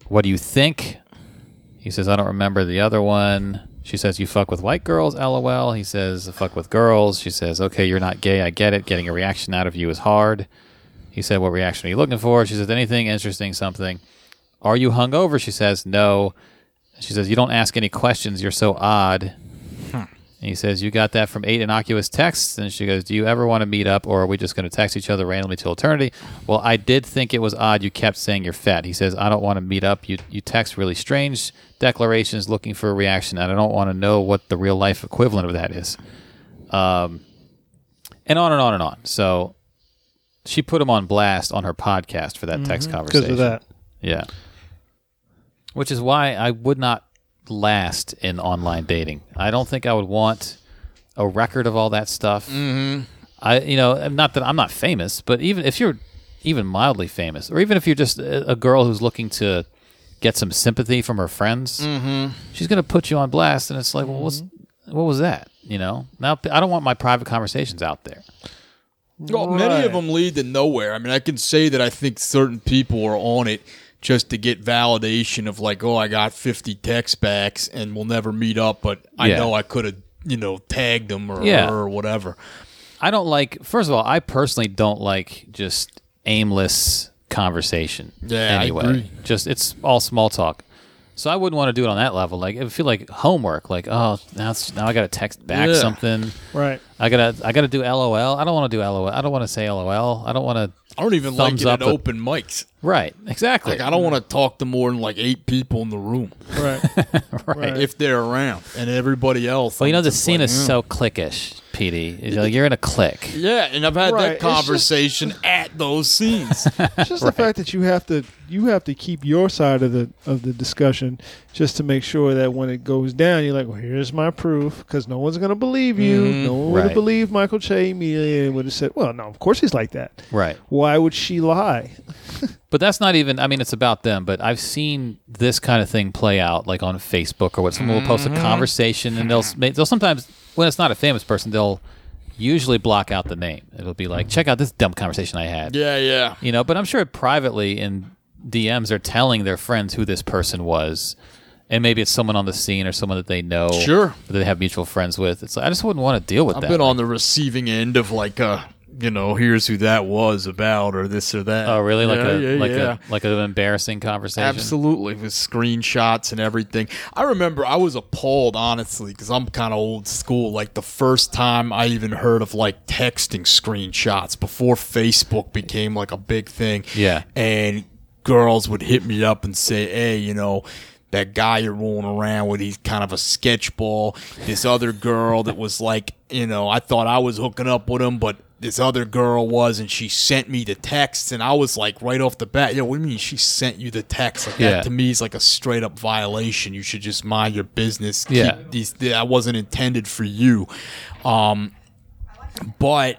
D: What do you think? He says, "I don't remember the other one." She says, "You fuck with white girls, lol." He says, "I "Fuck with girls." She says, "Okay, you're not gay. I get it. Getting a reaction out of you is hard." He said, "What reaction are you looking for?" She says, "Anything interesting, something." Are you hungover? She says, No. She says, You don't ask any questions. You're so odd. And he says, You got that from eight innocuous texts. And she goes, Do you ever want to meet up or are we just going to text each other randomly till eternity? Well, I did think it was odd you kept saying you're fat. He says, I don't want to meet up. You, you text really strange declarations looking for a reaction. And I don't want to know what the real life equivalent of that is. Um, and on and on and on. So she put him on blast on her podcast for that text conversation.
E: because of that.
D: Yeah. Which is why I would not last in online dating. I don't think I would want a record of all that stuff. Mm-hmm. I, you know, not that I'm not famous, but even if you're even mildly famous, or even if you're just a, a girl who's looking to get some sympathy from her friends, she's going to put you on blast, and it's like, well, what's what was that? You know, now I don't want my private conversations out there.
F: Well, many of them lead to nowhere. I mean, I can say that I think certain people are on it just to get validation of like, oh, I got 50 text backs and we'll never meet up, but I
D: Yeah.
F: know I could have, you know, tagged them or,
D: Yeah.
F: or whatever.
D: I don't like. First of all, I personally don't like just aimless conversation.
F: Yeah, I
D: anyway,
F: agree.
D: just it's all small talk. So I wouldn't want to do it on that level. Like it would feel like homework. Like oh, now it's, now I got to text back
F: Yeah.
D: something.
E: Right.
D: I gotta I gotta do LOL. I don't want to do LOL. I don't want to say LOL. I don't want to.
F: I don't even
D: Thumbs
F: like
D: up
F: it at
D: the-
F: open mics.
D: Right. Exactly.
F: Like, I don't want to talk to more than like eight people in the room
E: Right.
D: right.
F: if they're around and everybody else.
D: Well, you know
F: I'm
D: the
F: just
D: scene
F: like,
D: is
F: "Mm."
D: so cliquish, PD. You're, like, you're in a clique.
F: Yeah, and I've had
E: Right,
F: that
E: it's just-
F: conversation at those scenes.
E: It's just the fact that you have to you have to keep your side of the of the discussion just to make sure that when it goes down, you're like, well, here's my proof, because no one's going to believe you. No one would
D: Mm-hmm. Right.
E: have believed Michael Che immediately and would have said, well, no, of course he's like that.
D: Right.
E: Why would she lie?
D: But that's not even. I mean, it's about them. But I've seen this kind of thing play out, like on Facebook or what. Someone will post a
F: Mm-hmm.
D: conversation, and they'll s- ma- they'll sometimes when it's not a famous person, they'll usually block out the name. It'll be like, check out this dumb conversation I had.
F: yeah, yeah.
D: You know. But I'm sure privately in DMs are telling their friends who this person was, and maybe it's someone on the scene or someone that they know.
F: Sure.
D: That they have mutual friends with. It's like, I just wouldn't want to deal with
F: I've
D: that.
F: been on the receiving end of like a, you know, here's who that was about or this or that.
D: Oh really? Like
F: Yeah,
D: a
F: yeah,
D: like
F: yeah.
D: a like an embarrassing conversation.
F: Absolutely, with screenshots and everything. I remember I was appalled, honestly, because I'm kind of old school. Like the first time I even heard of like texting screenshots before Facebook became like a big thing.
D: Yeah.
F: And girls would hit me up and say, hey, you know, that guy you're rolling around with, he's kind of a sketchball. This other girl that was like, you know, I thought I was hooking up with him, but this other girl was, and she sent me the text, and I was like, right off the bat, yo, what do you mean she sent you the text? Like,
D: Yeah.
F: that to me is like a straight up violation. You should just mind your business. Keep
D: Yeah.
F: These, that wasn't intended for you. Um, but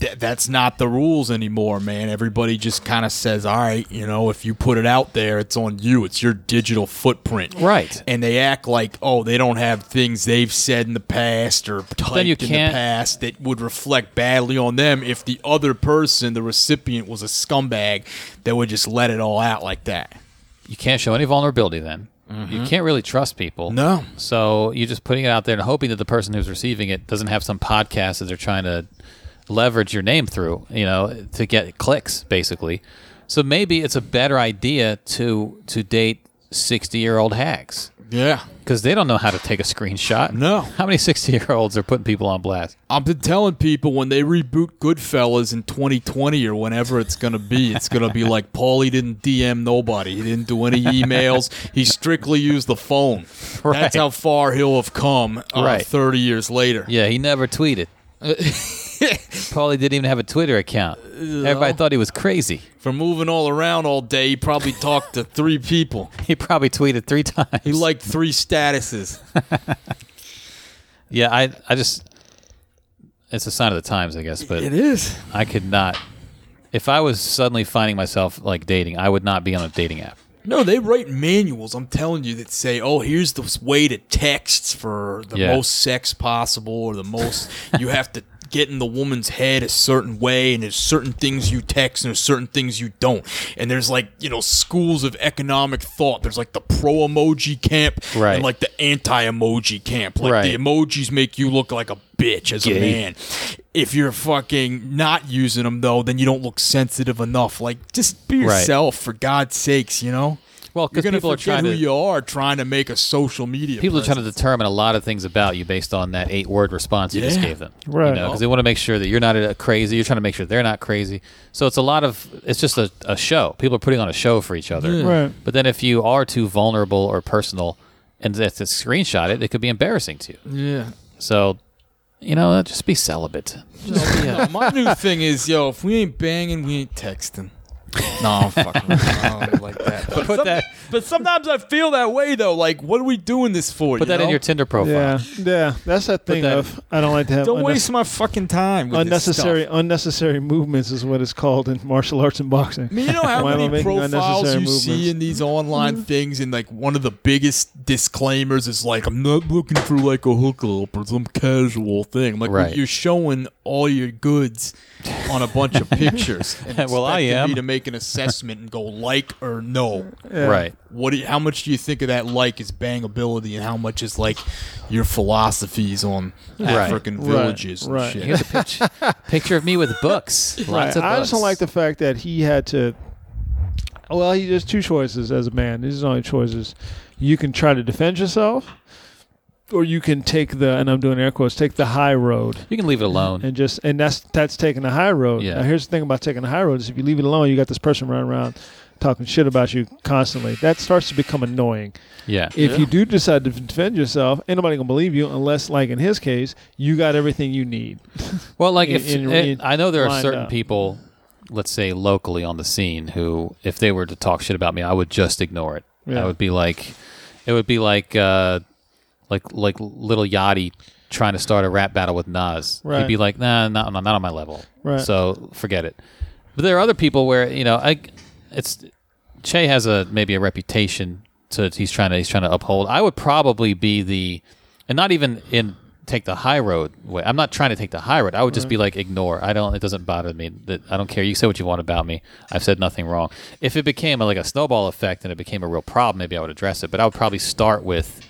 F: th- that's not the rules anymore, man. Everybody just kind of says, all right, you know, if you put it out there, it's on you. It's your digital footprint.
D: Right.
F: And they act like, oh, they don't have things they've said in the past or typed
D: you
F: in the
D: can't-
F: past that would reflect badly on them if the other person, the recipient, was a scumbag that would just let it all out like that.
D: you can't show any vulnerability then. You can't really trust people.
F: Mm-hmm. No.
D: So you're just putting it out there and hoping that the person who's receiving it doesn't have some podcast that they're trying to leverage your name through, you know, to get clicks basically. So maybe it's a better idea to to date 60-year-old hags
F: Yeah.
D: cuz they don't know how to take a screenshot.
F: No.
D: How many 60-year-olds are putting people on blast?
F: I've been telling people when they reboot Goodfellas in 2020 or whenever it's going to be, it's going to be like Paulie didn't DM nobody. He didn't do any emails. He strictly used the phone.
D: Right.
F: That's how far he'll have come uh,
D: Right.
F: 30 years later.
D: Yeah, he never tweeted. Paulie didn't even have a Twitter account.
F: Uh,
D: Everybody thought he was crazy.
F: For moving all around all day, he probably talked to three people.
D: He probably tweeted 3 times.
F: He liked three statuses.
D: Yeah, I, I just, it's a sign of the times, I guess. But
F: is.
D: I could not, if I was suddenly finding myself like dating, I would not be on a dating app.
F: No, they write manuals. I'm telling you that say, "Oh, here's the way to text for the
D: Yeah.
F: most sex possible, or the most you have to get in the woman's head a certain way, and there's certain things you text, and there's certain things you don't." And there's like you know schools of economic thought. There's like the pro emoji camp,
D: Right.
F: And like the anti emoji camp. Like
D: Right.
F: the emojis make you look like a bitch as a man. If you're fucking not using them though, then you don't look sensitive enough. Like just be
D: Right.
F: yourself for God's sakes, you know.
D: Well,
F: you're
D: 'cause
F: gonna
D: people are
F: forget
D: trying
F: who
D: to-
F: you are trying to make a social media.
D: People are trying to
F: presence.
D: determine a lot of things about you based on that eight word response you just
F: Yeah.
D: gave them.
E: Right.
D: Because they want to make sure that you're not a crazy. You're trying to make sure they're not crazy. So it's a lot of, it's just a, a show. People are putting on a show for each other.
E: Right.
D: But then if you are too vulnerable or personal and that's to screenshot it, it could be embarrassing to you.
F: Yeah.
D: So, you know, just be celibate. Just be a-
F: No, my new thing is, yo, if we ain't banging, we ain't texting. No, I'm fucking. I don't like that. But,
D: Put
F: some-
D: that-
F: but sometimes I feel that way though. Like, what are we doing this for?
D: put
F: you
D: that in
F: know?
D: your Tinder profile.
E: Yeah, yeah. That's that thing
D: that-
E: of I don't like to have
F: Don't
E: unnes-
F: waste my fucking time. With
E: unnecessary
F: This stuff.
E: unnecessary movements is what it's called in martial arts and boxing.
F: I mean, you know how
E: Why am I
F: many
E: making
F: profiles you
E: unnecessary
F: see in these online things, and like one of the biggest disclaimers is like, "I'm not looking for like a hookup or some casual thing." I'm like,
D: Right.
F: you're showing all your goods on a bunch of pictures. And
D: Well, I
F: expecting
D: am.
F: me to make an assessment and go like or no.
D: Right.
F: What? Do you, how much do you think of that like is bangability, and how much is like your philosophies on African villages and
E: right.
F: shit?
D: Here's a picture, picture of me with books. Lots
E: Right.
D: of books.
E: I just don't like the fact that he had to. Well, he has two choices as a man. These are his only choices. You can try to defend yourself, or you can take the and I'm doing air quotes take the high road
D: You can leave it alone.
E: and just and that's that's taking the high road.
D: Yeah.
E: Now here's the thing about taking the high road is if you leave it alone, you got this person running around talking shit about you constantly. That starts to become annoying.
D: yeah.
E: If you do decide to defend yourself, ain't nobody gonna believe you unless, like in his case, you got everything you need.
D: Well, like if
E: in-
D: it-
E: in-
D: I know there are
E: lined
D: certain
E: up.
D: people, let's say locally on the scene, who if they were to talk shit about me, I would just ignore it.
E: Yeah.
D: I would be like, it would be like, uh, like like little Yachty trying to start a rap battle with Nas.
E: Right.
D: He'd be like, nah, not not on my level.
E: Right.
D: So forget it. But there are other people where you know, I, it's Che has a maybe a reputation to he's trying to he's trying to uphold. I would probably be the, and not even in take the high road way. I'm not trying to take the high road. I would just be like ignore. I don't. It doesn't bother me. That I don't care. You say what you want about me. I've said nothing wrong. If it became like a snowball effect and it became a real problem, maybe I would address it. But I would probably start with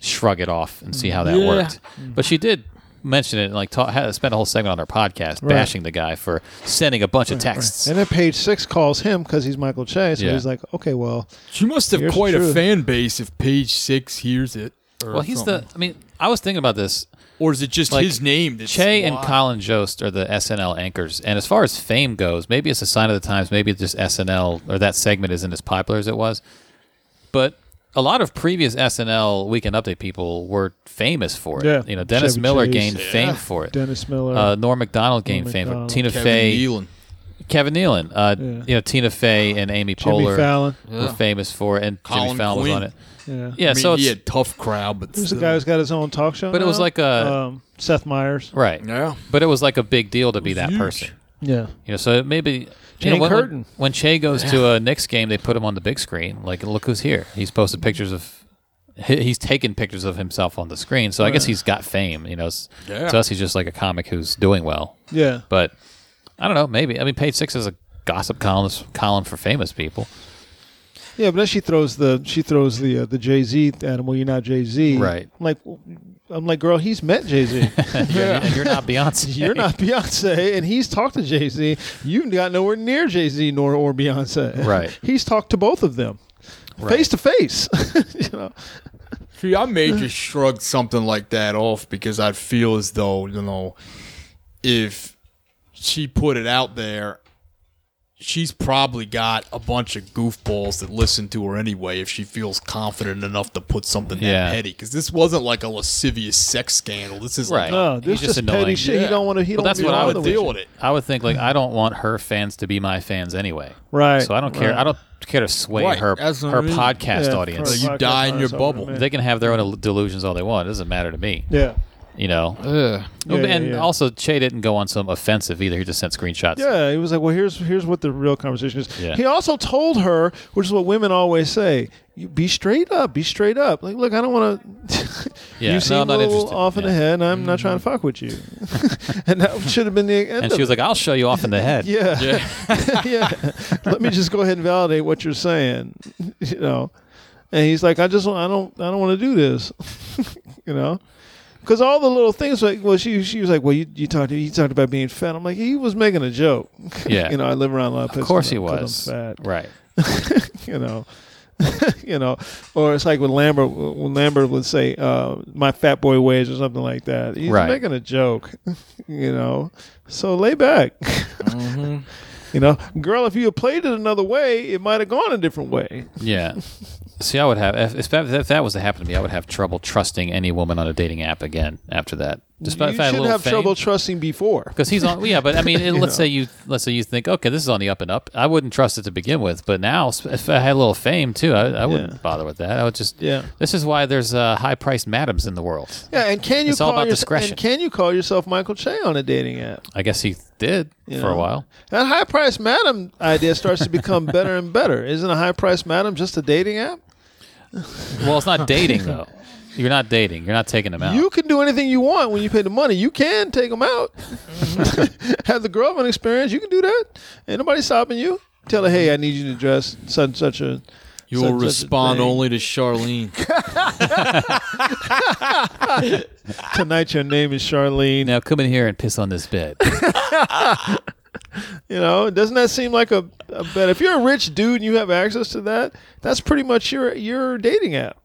D: shrug it off and see how that worked. But she did mention it and like ta had, spent a whole segment on her podcast bashing the guy for sending a bunch of texts.
E: And then page six calls him because he's Michael Che, so
D: Yeah.
E: he's like, okay, well,
F: She must have
E: Here's
F: quite
E: the
F: a
E: truth.
F: fan base if Page Six hears it. Or
D: Well, he's
F: something.
D: the. I mean, I was thinking about this.
F: Or is it just
D: Like,
F: his name? That's
D: Che and
F: why?
D: Colin Jost are the SNL anchors, and as far as fame goes, maybe it's a sign of the times. Maybe it's just SNL or that segment isn't as popular as it was. But a lot of previous SNL Weekend Update people were famous for it.
E: Yeah.
D: You know, Dennis
E: Chevy
D: Miller
E: Chase.
D: gained fame for it.
E: Dennis Miller,
D: Uh, Norm Macdonald gained
E: Norm
D: fame for it.
E: Macdonald.
D: Tina
F: Kevin
D: Fey,
F: Nealon.
D: Kevin Nealon, uh,
E: Yeah.
D: you know Tina Fey and Amy
E: Jimmy
D: Poehler
E: Fallon.
D: were famous for it, and
F: Colin
D: Jimmy Fallon
F: Quinn.
D: was on it.
E: Yeah.
D: Yeah,
F: I mean,
D: so it's
F: he had tough crowd, but
E: Who's the
F: still.
E: guy who's got his own talk show?
D: But it was
E: now?
D: like a-
E: um, Seth Meyers.
D: right.
F: Yeah.
D: But it was like a big deal to be that
F: huge.
D: person.
E: Yeah.
D: You know, so maybe you
E: Jane
D: know, when,
E: Curtin.
D: when, when Che goes to a Knicks game, they put him on the big screen. Like, look who's here. He's posted pictures of. he- He's taken pictures of himself on the screen, so I guess he's got fame. You know, S-
F: Yeah.
D: to us, he's just like a comic who's doing well.
E: Yeah.
D: But I don't know. Maybe I mean, page six is a gossip column column for famous people.
E: Yeah, but then she throws the she throws the uh, the Jay Z at him. Well, you're not Jay Z,
D: Right.
E: I'm like, I'm like, girl, he's met Jay Z.
D: And you're not Beyonce.
E: You're not Beyonce, and he's talked to Jay Z. You've got nowhere near Jay Z nor or Beyonce.
D: Right.
E: he's talked to both of them, face to face. You know,
F: See, I may just shrug something like that off because I'd feel as though, you know, if she put it out there, she's probably got a bunch of goofballs that listen to her anyway if she feels confident enough to put something
D: Yeah.
F: that petty. Because this wasn't like a lascivious sex scandal. This is
D: Right.
F: like,
E: no,
D: He's
E: this
D: Oh, just
E: Uh, just petty
D: annoying.
E: shit. He
F: Yeah.
E: don't want to. He
D: Well,
E: don't
D: that's
E: wanna
D: what I
E: be
D: would
E: bothered
F: I deal
E: you.
F: with it.
D: I would think like I don't want her fans to be my fans anyway.
E: Right,
D: So I don't care.
E: right.
D: I don't care to sway
F: Right,
D: her
F: that's what
D: her
F: I mean.
D: podcast
E: Yeah,
D: audience.
E: for a
F: you
E: podcast
F: die in your
E: audience, I would
F: bubble.
E: admit.
D: They can have their own delusions all they want. It doesn't matter to me.
E: Yeah.
D: You know, Oh,
F: Ugh.
E: Yeah,
D: and
E: yeah, yeah.
D: also Che didn't go on some offensive either. He just sent screenshots.
E: Yeah, he was like, "Well, here's here's what the real conversation is."
D: Yeah.
E: He also told her, which is what women always say: "You be straight up, be straight up." Like, look, I don't want to.
D: Yeah,
E: you
D: no,
E: seem
D: I'm not
E: a little
D: interested.
E: off in the
D: Yeah. Mm-hmm.
E: head, and I'm not trying to fuck with you. and that should have been the end.
D: and she was like, "I'll show you off in the head."
E: "Yeah,
F: Yeah.
E: yeah. Let me just go ahead and validate what you're saying." you know, and he's like, "I just want, I don't I don't want to do this." you know. Because all the little things, like, well, she she was like, well, you, you talked you talked about being fat. I'm like, he was making a joke.
D: Yeah.
E: you know, I live around a lot of places.
D: of course he
E: 'cause I'm
D: was.
E: fat.
D: Right.
E: You know, you know, or it's like when Lambert when Lambert would say, uh, "My fat boy ways" or something like that. He's
D: Right.
E: making a joke. You know, so lay back.
D: Mm-hmm.
E: You know, girl, if you had played it another way, it might have gone a different way.
D: Yeah. See, I would have if, if, that, if that was to happen to me, I would have trouble trusting any woman on a dating app again after that. Despite
E: you
D: the fact
E: should
D: little
E: have trouble trusting before.
D: because he's on. Yeah, but I mean, it, let's say you let's say you think, okay, this is on the up and up. I wouldn't trust it to begin with, but now sp- if I had a little fame too, I, I wouldn't
E: Yeah.
D: bother with that. I would just.
E: Yeah.
D: This is why there's uh, high-priced madams in the world.
E: Yeah, and can you
D: It's all
E: call
D: about
E: yourse-
D: discretion.
E: And can you call yourself Michael Che on a dating app?
D: I guess he did
E: You
D: for a
E: know?
D: while.
E: That high price madam idea starts to become better and better. Isn't a high price madam just a dating app?
D: Well, it's not dating though. You're not dating. You're not taking them out.
E: You can do anything you want when you pay the money. You can take them out, have the girlfriend experience. You can do that. Ain't nobody stopping you. Tell her, hey, I need you to dress such such a.
F: You
E: such-
F: will
E: such a
F: respond
E: thing.
F: only to Charlene.
E: tonight. Your name is Charlene.
D: now come in here and piss on this bed.
E: You know, doesn't that seem like a, a bet? If you're a rich dude and you have access to that, that's pretty much your your dating app.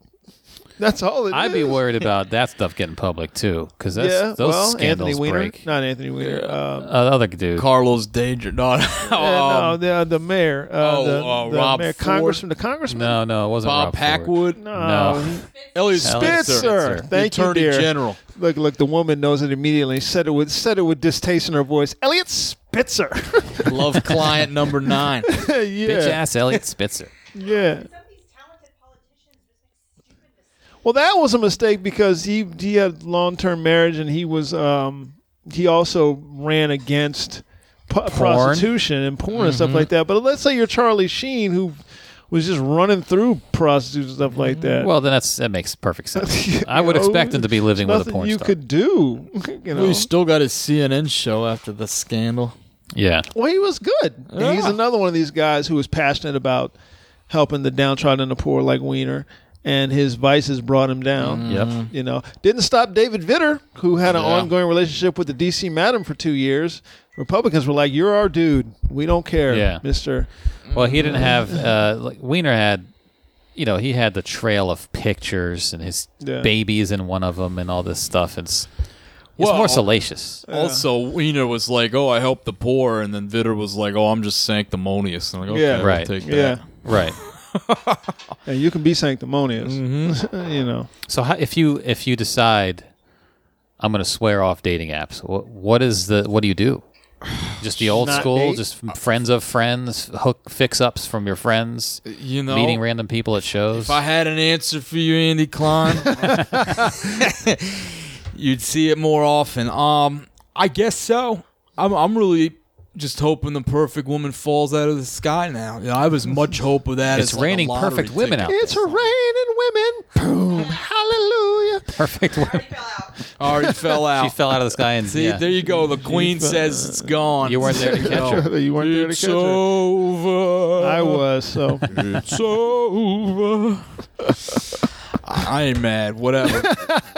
E: That's all it is.
D: I'd be worried about that stuff getting public too, because that's
E: Yeah,
D: those
E: well,
D: scandals
E: Anthony Weiner,
D: break.
E: not Anthony Weiner. Um,
D: Uh, the other dude.
F: Carlos Danger. No, no,
E: Uh, no,
F: um,
E: the the mayor. Uh,
F: oh,
E: the,
F: uh,
E: the
F: Rob
E: mayor,
F: Ford?
E: congressman, the congressman.
D: no, no, it wasn't
F: Bob
D: Rob Ford.
F: Packwood.
E: no.
D: No.
E: he-
F: Elliot
D: Spitzer.
F: Spitzer.
E: Sir,
D: The
E: thank
F: Attorney
E: you, dear.
F: General.
E: Look, look. The woman knows it immediately. Said it with said it with distaste in her voice. Elliot Spitzer.
F: Love client number nine.
E: yeah,
D: Bitch ass Elliot Spitzer.
E: yeah.
G: Some of these talented politicians just make stupid mistakes.
E: Well, that was a mistake because he he had long term marriage and he was um he also ran against p- prostitution and porn and
D: Mm-hmm.
E: stuff like that. But let's say you're Charlie Sheen who was just running through prostitutes and stuff like that.
D: Mm-hmm. Well, then that's that makes perfect sense.
E: You
D: I would
E: know,
D: expect him to be living with a
E: nothing
D: porn
E: you
D: star.
E: could do. you know?
F: Well, he still got his CNN show after the scandal.
D: yeah,
E: Well, he was good. And he's
F: Yeah.
E: another one of these guys who is passionate about helping the downtrodden and the poor, like Wiener, and his vices brought him down.
D: Mm. yep.
E: You know, didn't stop David Vitter, who had an
F: Yeah.
E: ongoing relationship with the D.C. Madam for two years. Republicans were like, "You're our dude. We don't care,
D: Yeah.
E: Mister."
D: Well, he didn't have. Uh, like Wiener had, you know, he had the trail of pictures and his
E: Yeah.
D: babies in one of them and all this stuff. It's it's
F: Well,
D: more salacious.
F: Also, Wiener was like, "Oh, I help the poor," and then Vitter was like, "Oh, I'm just sanctimonious." And I'm like, okay,
E: Yeah.
F: we'll
D: Right.
F: take that.
E: Yeah,
D: right.
E: and you can be sanctimonious.
D: Mm-hmm.
E: you know,
D: So how, if you if you decide I'm going to swear off dating apps, what, what is the what do you do? Just the old
E: Not
D: school,
E: date?
D: just f- friends of friends, hook fix ups from your friends,
F: You know,
D: meeting random people at shows.
F: If I had an answer for you, Andy Klein, you'd see it more often. Um, I guess so. I'm, I'm really just hoping the perfect woman falls out of the sky now. You know, I was much hope of that.
D: it's
F: as like a
D: raining
F: lottery
D: perfect women
F: ticket.
D: out.
E: it's raining women. Boom! Hallelujah.
D: Perfect women.
G: Fell out.
F: Already fell out.
D: She fell out of the sky and
F: See,
D: yeah.
F: there you go. The queen
E: fell-
F: says it's gone.
D: You weren't there to catch
F: No.
E: her. You weren't there to
F: It's
E: catch her.
F: over.
E: I was so.
F: It's over. I ain't mad. Whatever.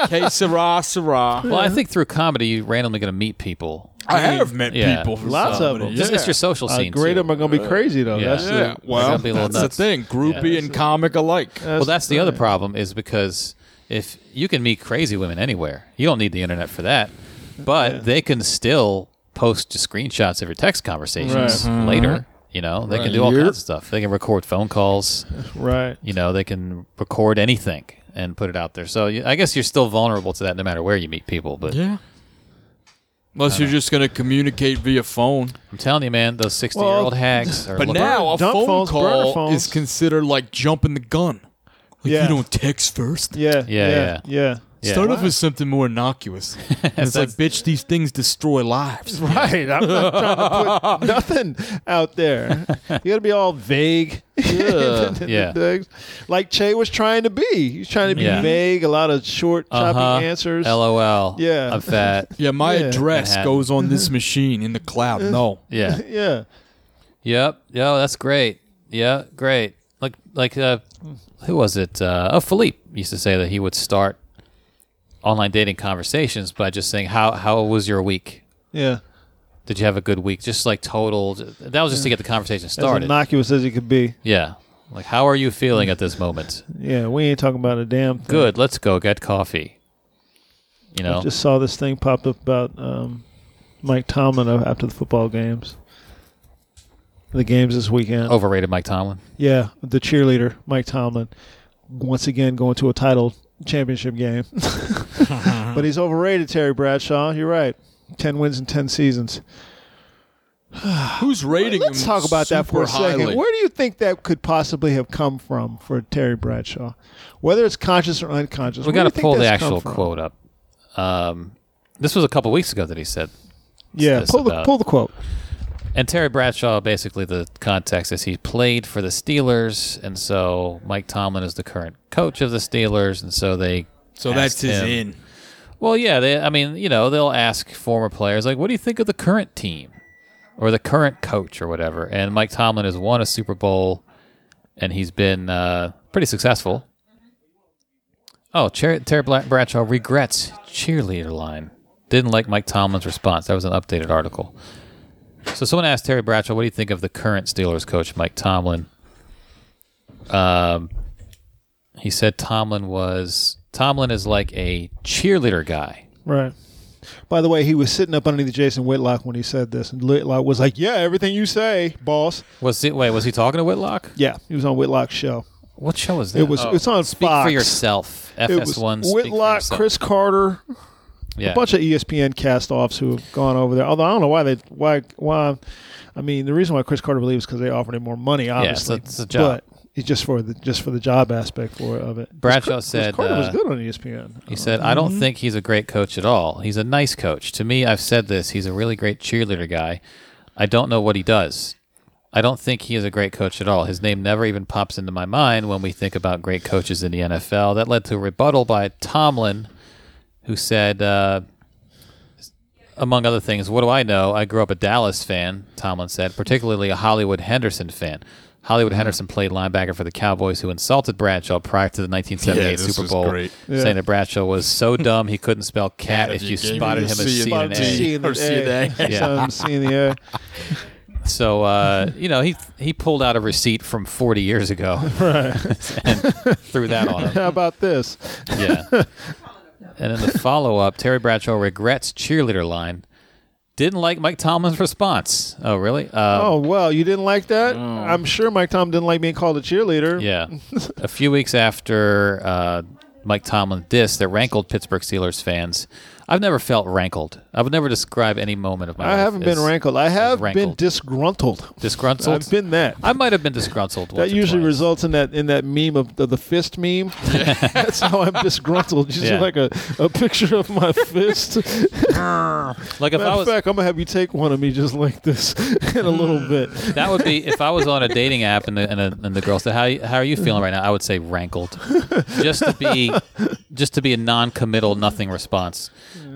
F: K Sarah Sarah.
D: well, I think through comedy you're randomly going to meet people.
F: I have met
D: yeah.
F: people from
E: Lots of
F: somebody.
E: them.
D: Just,
F: Yeah.
D: It's your social
E: Uh,
D: scene.
E: great
D: too.
E: am I gonna be crazy though?
D: Yeah.
E: That's
F: yeah,
E: the,
F: well,
D: gotta be a little
F: that's the
D: nuts.
F: thing. Groupie and comic alike.
E: Uh,
D: Well, that's the other problem is because if you can meet crazy women anywhere, you don't need the internet for that. But they can still post just screenshots of your text conversations
F: Uh-huh.
D: later. You know, they can do all kinds of stuff. They can record phone calls.
E: right.
D: You know, they can record anything and put it out there. So you, I guess you're still vulnerable to that no matter where you meet people. But
F: Yeah. Unless you're just gonna communicate via phone.
D: I'm telling you, man, those 60 year old
E: Well,
D: hags are.
F: But
D: looking-
F: now a
E: Dump
F: phone
E: phones, burner
F: call
E: phones.
F: is considered like jumping the gun. Like
E: Yeah.
F: you don't text first.
E: Yeah.
D: Yeah,
E: Yeah.
D: Yeah.
F: Start off with something more innocuous. it's like, bitch, these things destroy lives.
E: Right. I'm not trying to put Oh, nothing out there. You got to be all vague.
D: Yeah.
E: Things. Like Che was trying to be. He's trying to be
D: Yeah.
E: vague, a lot of short, choppy
D: Uh-huh.
E: answers.
D: LOL.
E: Yeah.
D: I'm fat.
F: Yeah, my
E: Yeah.
F: address
D: Manhattan.
F: goes on this machine in the cloud. No.
D: Yeah.
E: yeah.
D: Yep. Yo, that's great. Yeah, great. Like like uh who was it? Uh oh Philippe used to say that he would start online dating conversations by just saying how how was your week?
E: Yeah.
D: Did you have a good week? Just like total that was just to get the conversation
E: As
D: started.
E: innocuous as he could be.
D: yeah. Like how are you feeling at this moment?
E: Yeah. We ain't talking about a damn thing.
D: Good, let's go get coffee. You know.
E: Just saw this thing pop up about um, Mike Tomlin after the football games. The games this weekend.
D: Overrated Mike Tomlin.
E: Yeah, the cheerleader Mike Tomlin once again going to a title championship game. but he's overrated, Terry Bradshaw. You're right. Ten wins in ten seasons.
F: Who's rating
E: Let's
F: him
E: talk about that for a
F: super
E: second.
F: highly?
E: Where do you think that could possibly have come from for Terry Bradshaw? Whether it's conscious or unconscious,
D: We
E: where
D: got to
E: do you think
D: pull the
E: that's come
D: actual
E: from?
D: quote up. Um, this was a couple weeks ago that he said,
E: Yeah,
D: this
E: pull the
D: about?
E: pull the quote.
D: and Terry Bradshaw basically the context is he played for the Steelers, and so Mike Tomlin is the current coach of the Steelers, and so they
F: so
D: asked
F: that's his
D: him-
F: in.
D: Well, yeah, they. I mean, you know, they'll ask former players like, "What do you think of the current team, or the current coach, or whatever?" And Mike Tomlin has won a Super Bowl, and he's been uh, pretty successful. Oh, Cher- Terry Bla- Bradshaw regrets cheerleader line. Didn't like Mike Tomlin's response. That was an updated article. So someone asked Terry Bradshaw, "What do you think of the current Steelers coach, Mike Tomlin?" Um, he said Tomlin was Tomlin is like a cheerleader guy.
E: Right. By the way, he was sitting up underneath Jason Whitlock when he said this, and Whitlock was like, "Yeah, everything you say, boss."
D: Was it? Wait, was he talking to Whitlock?
E: Yeah, he was on Whitlock's show.
D: What show was that?
E: It was it's on
D: Speak
E: Fox.
D: for yourself.
E: It
D: FS
E: was
D: One.
E: Whitlock, Chris Carter,
D: yeah.
E: a bunch of E ESPN castoffs who have gone over there. Although I don't know why they why why. I mean, the reason why Chris Carter believes because they offered him more money, obviously.
D: it's a job.
E: But it's just for the just for the job aspect for of it.
D: Bradshaw
E: Chris
D: said
E: Carter was
D: uh,
E: good on E ESPN.
D: He said, I
F: Mm-hmm.
D: don't think he's a great coach at all. He's a nice coach. To me, I've said this. He's a really great cheerleader guy. I don't know what he does. I don't think he is a great coach at all. His name never even pops into my mind when we think about great coaches in the NFL. That led to a rebuttal by Tomlin, who said, uh, among other things, what do I know? I grew up a Dallas fan, Tomlin said, particularly a Hollywood Henderson fan. Hollywood Henderson played linebacker for the Cowboys, who insulted Bradshaw prior to the 1978
F: Yeah, this
D: Super
F: was
D: Bowl,
F: great.
E: Yeah.
D: saying that Bradshaw was so dumb he couldn't spell cat
F: If
D: if
F: you
D: you
F: gave me
D: spotted
F: the
D: him as
F: C
D: C
F: and
D: and
F: the
D: A.
F: D.
E: in the
F: Or C in the
E: air.
F: air.
D: Yeah.
E: Some C in the air.
D: So uh, you know he he pulled out a receipt from 40 years ago and threw that on him.
E: How about this?
D: Yeah. And in the follow up, Terry Bradshaw regrets cheerleader line. Didn't like Mike Tomlin's response. Oh really? Uh,
E: Oh well, you didn't like that. I'm sure Mike Tom didn't like being called a cheerleader.
D: Yeah. a few weeks after uh, Mike Tomlin dissed that rankled Pittsburgh Steelers fans, I've never felt rankled. I would never describe any moment of my
E: I
D: life
E: haven't been
D: as
E: rankled. I have been
D: rankled.
E: disgruntled.
D: disgruntled.
E: I've been that.
D: I might have been disgruntled.
E: That
D: once or
E: usually
D: twice.
E: results in that in that meme of the, the fist meme. That's how I'm disgruntled. Just
D: Yeah.
E: like a, a picture of my fist.
D: like if
E: Matter
D: I
E: of
D: was
E: fact, I'm gonna have you take one of me just like this in a little bit.
D: that would be if I was on a dating app and the and, the and the girl said how you- how are you feeling right now? I would say rankled, just to be just to be a non-committal nothing response.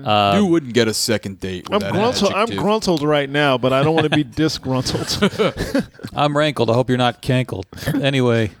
D: Uh,
F: you wun't get a second date
E: I'm
F: with that
E: gruntled. I'm
F: adjective.
E: gruntled right now, but I don't want to be disgruntled.
D: I'm rankled. I hope you're not cankled. Anyway,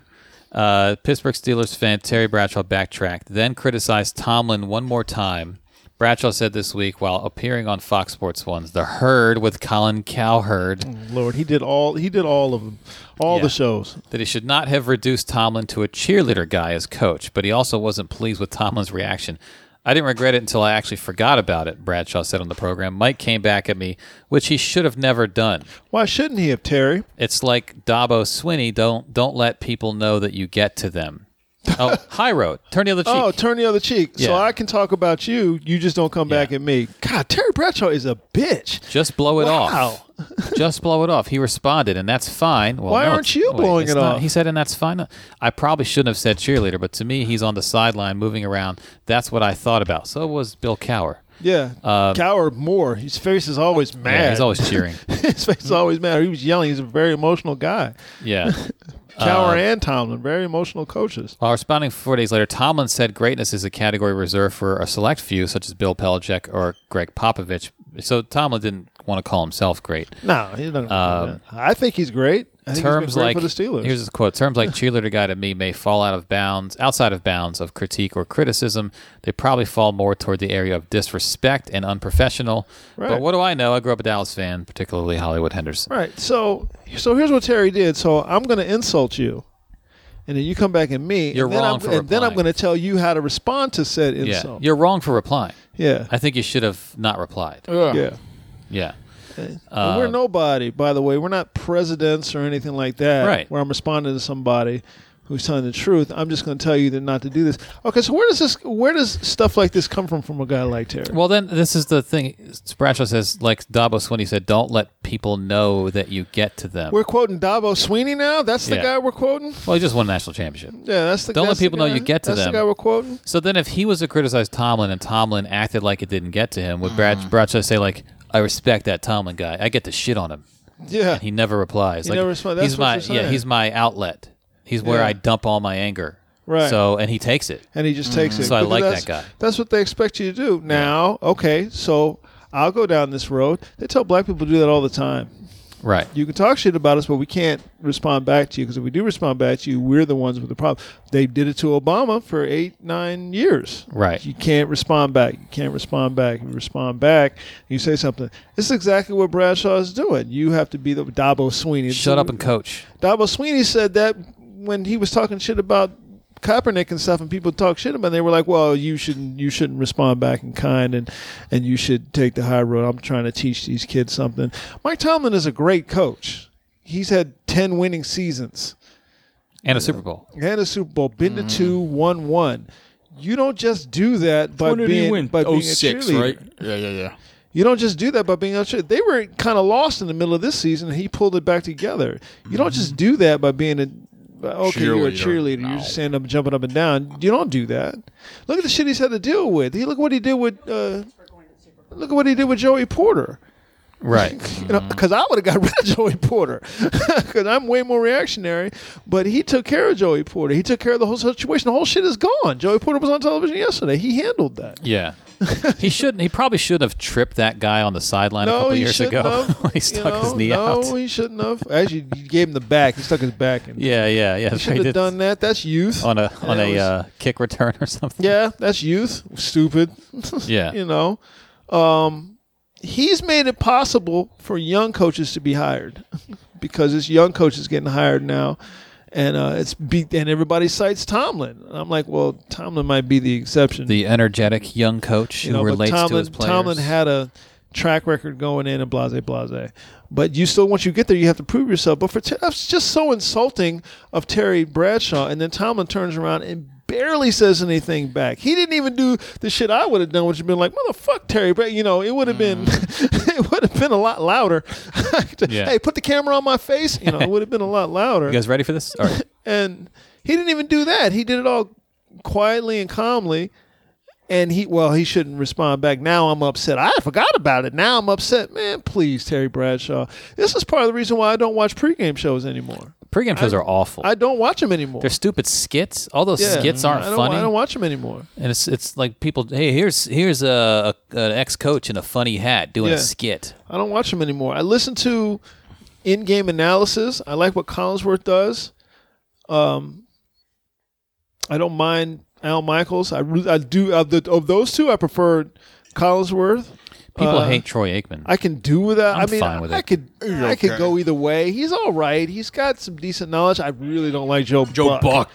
D: uh, Pittsburgh Steelers fan Terry Bradshaw backtracked, then criticized Tomlin one more time. Bradshaw said this week while appearing on Fox Sports One's The Herd with Colin
E: Mm.
D: Cowherd
E: Lord, he did all. He did all of them, all
D: Yeah.
E: the shows.
D: that he should not have reduced Tomlin to a cheerleader guy as coach, but he also wasn't pleased with Tomlin's reaction. I didn't regret it until I actually forgot about it, Bradshaw said on the program. Mike came back at me, which he should have never done.
E: Why shouldn't he have Terry?
D: It's like Dabo Swinney, don't don't let people know that you get to them. Oh, high road. Turn the other cheek.
E: Oh, turn the other cheek. So
D: Yeah.
E: I can talk about you. You just don't come back
D: Yeah.
E: at me. God, Terry Bradshaw is a bitch.
D: Just blow it
E: wow.
D: off. just blow it off. He responded, and that's fine. Well,
E: Why
D: no,
E: aren't
D: it's-
E: you blowing
D: it's
E: it
D: not-
E: off?
D: He said, and that's fine. I probably shouldn't have said cheerleader, but to me, he's on the sideline moving around. That's what I thought about. So was Bill Cower.
E: Yeah.
D: Uh,
E: Cower more. His face is always mad.
D: Yeah, he's always cheering.
E: His face is always mad. He was yelling. He's a very emotional guy.
D: Yeah.
E: Cower and Tomlin, very emotional coaches.
D: While responding four days later, Tomlin said greatness is a category reserved for a select few, such as Bill Belichick or Greg Popovich. So Tomlin didn't want to call himself great.
E: No, he's not. I think he's great. I think
D: terms
E: he's been great
D: like
E: for the Steelers.
D: here's a quote: terms like cheerleader guy to me may fall out of bounds, outside of bounds of critique or criticism. They probably fall more toward the area of disrespect and unprofessional.
E: Right.
D: But what do I know? I grew up a Dallas fan, particularly Hollywood Henderson.
E: Right. So so here's what Terry did. So I'm going to insult you, and then you come back at me.
D: You're
E: and then
D: wrong
E: I'm,
D: for
E: And then I'm
D: replying.
E: going to tell you how to respond to said
D: Yeah,
E: insult.
D: you're wrong for replying.
E: yeah.
D: I think you should have not replied.
E: yeah.
D: Yeah.
E: And
D: Uh,
E: we're nobody, by the way. We're not presidents or anything like that.
D: Right.
E: Where I'm responding to somebody who's telling the truth. I'm just going to tell you that not to do this. Okay. So where does this? Where does stuff like this come from? From a guy like Terry?
D: Well, then this is the thing. Bradshaw says, like Davos when he said, "Don't let people know that you get to them."
E: we're quoting Dabo Sweeney now. That's the
D: Yeah.
E: guy we're quoting.
D: well, he just won a national championship.
E: Yeah, that's the.
D: Don't let
E: that's the
D: people know
E: guy-
D: you get to
E: that's
D: them.
E: the guy we're quoting.
D: So then, if he was to criticize Tomlin and Tomlin acted like it didn't get to him, would Brad Bradshaw say like, "I respect that Tomlin guy. I get to shit on him."
E: Yeah.
D: He never replies.
E: He
D: like,
E: never responds.
D: He's
E: That's what
D: my
E: you're
D: yeah.
E: saying.
D: He's my outlet. He's where
E: Yeah.
D: I dump all my anger.
E: Right.
D: So and he takes it.
E: and he just takes it.
D: So I
E: Because
D: like
E: that's-
D: that guy.
E: That's what they expect you to do. Now, okay, so I'll go down this road. They tell black people to do that all the time.
D: Right.
E: You can talk shit about us, but we can't respond back to you because if we do respond back to you, we're the ones with the problem. They did it to Obama for eight, nine years.
D: Right.
E: You can't respond back. You can't respond back. You respond back. You say something. This is exactly what Bradshaw is doing. You have to be the Dabo Sweeney.
D: Shut up and coach.
E: Dabo Sweeney said that when he was talking shit about Kaepernick and stuff, and people talk shit about, it, they were like, "Well, you shouldn't, you shouldn't respond back in kind, and and you should take the high road." I'm trying to teach these kids something. Mike Tomlin is a great coach. He's had ten winning seasons
D: And a Super Bowl.
E: and a Super Bowl, been
F: Mm-hmm.
E: to two, won one. You don't just do that by
F: When did
E: being
F: he win?
E: by being a
F: 06,
E: cheerleader.
F: right? Yeah, yeah, yeah.
E: You don't just do that by being unsure. They were kind of lost in the middle of this season, and he pulled it back together. You don't just do that by being a by, okay. You're a
F: Cheerleader.
E: cheerleader.
F: No.
E: You're just standing up, jumping up and down. You don't do that. Look at the shit he's had to deal with. He look what he did with. Uh, look at what he did with Joey Porter.
D: Right.
E: You know, because I would have got rid of Joey Porter because I'm way more reactionary. But he took care of Joey Porter. He took care of the whole situation. The whole shit is gone. Joey Porter was on television yesterday. He handled that.
D: Yeah. he shouldn't. He probably should have tripped that guy on the sideline a couple
E: he
D: years
E: shouldn't
D: ago
E: have.
D: when he
E: You
D: stuck his
E: know,
D: knee
E: no,
D: out.
E: he shouldn't have. Actually, he gave him the back. He stuck his back in.
D: Yeah, yeah, yeah.
E: he should have done that. That's youth.
D: on a on
E: That
D: a
E: was-
D: uh, kick return or something.
E: yeah, that's youth. Stupid.
D: Yeah.
E: you know, um, he's made it possible for young coaches to be hired because it's young coaches getting hired now. And uh, it's be- and everybody cites Tomlin. And I'm like, well, Tomlin might be the exception.
D: the energetic young coach who
E: but
D: relates to
E: Tomlin,
D: his players.
E: Tomlin had a track record going in and blase blase. But you still, once you get there, you have to prove yourself. But for Ter- that's just so insulting of Terry Bradshaw, and then Tomlin turns around and barely says anything back. He didn't even do the shit I would have done, which would have been like, "Motherfuck, Terry," Brad-" you know, it would have been, it would have been a lot louder.
D: Mm. Yeah.
E: Hey, put the camera on my face. You know, it would have been a lot louder
D: you guys ready for this? All right.
E: and he didn't even do that. He did it all quietly and calmly. And he, well, he shouldn't respond back. Now I'm upset. I forgot about it. Now I'm upset. Man, please, Terry Bradshaw. This is part of the reason why I don't watch pregame shows anymore.
D: Pre-game shows are awful.
E: I don't watch them anymore.
D: They're stupid skits. All those
E: Yeah.
D: skits aren't
E: I don't,
D: funny.
E: I don't watch them anymore.
D: and it's it's like people. Hey, here's here's a, a an ex coach in a funny hat doing
E: Yeah.
D: a skit.
E: I don't watch them anymore. I listen to in-game analysis. I like what Collinsworth does. Um, I don't mind Al Michaels. I re- I do of the of those two. I prefer Collinsworth.
D: People
E: Uh,
D: hate Troy Aikman.
E: I can do without. i
D: I'm
E: mean,
D: fine with
E: I
D: it.
E: could. I could
F: okay.
E: go either way. He's all right. He's got some decent knowledge. I really don't like Joe.
F: Joe
E: Buck.
F: Buck.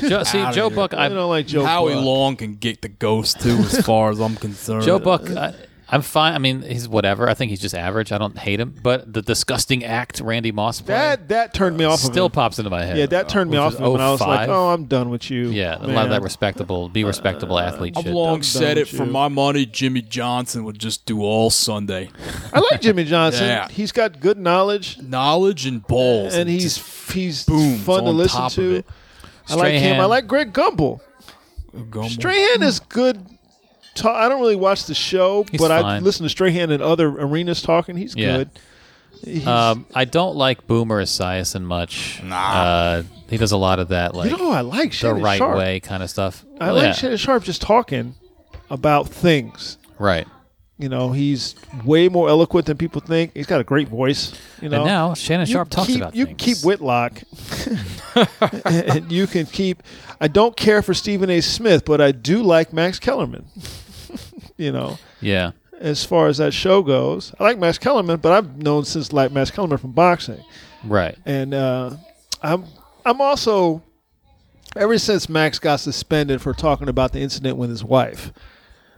D: Joe, see,
F: outta
D: Joe
F: here.
D: Buck.
E: I
D: I,
E: don't like Joe.
F: Howie
E: Buck.
F: Long can get the ghost too, as far as I'm concerned.
D: Joe Buck. I, I'm fine. I mean, he's whatever. I think he's just average. I don't hate him. But the disgusting act Randy Moss played
E: That that turned me off.
D: still
E: of him.
D: pops into my head.
E: yeah, that turned me
D: Which
E: off.
D: is
E: Of him, and I was like,
D: 05.
E: oh, I'm done with you.
D: yeah, a lot
E: man.
D: of that respectable, be respectable athlete
F: I've
D: shit.
F: long
E: I'm done
F: said it.
E: with
F: For
E: you.
F: my money, Jimmy Johnson would just do all Sunday.
E: I like Jimmy Johnson.
F: Yeah.
E: He's got good knowledge,
F: Knowledge and balls.
E: and
F: just-
E: he's he's
F: booms
E: fun to
F: on
E: listen
F: top of
E: to.
F: it.
E: I like him.
D: Strahan.
E: I like Greg Gumbel.
F: Gumble.
E: Strahan is good. Ta- I don't really watch the show,
D: He's
E: but I
D: fine.
E: listen to Strahan in other arenas talking. He's
D: Yeah.
E: good. He's,
D: Um, I don't like Boomer Esiason much. Nah. Uh, he does a lot of that, like
E: you know, I like
D: the
E: Shannon
D: right
E: Sharp.
D: way kind of stuff.
E: I like
D: Yeah,
E: Shannon Sharp just talking about things.
D: Right.
E: You know, he's way more eloquent than people think. He's got a great voice. You know,
D: And now Shannon
E: you
D: Sharp talks
E: keep,
D: about
E: you
D: things.
E: keep Whitlock, and you can keep. I don't care for Stephen A. Smith, but I do like Max Kellerman. you know,
D: Yeah.
E: as far as that show goes, I like Max Kellerman, but I've known since like Max Kellerman from boxing,
D: Right.
E: and uh, I'm I'm also ever since Max got suspended for talking about the incident with his wife.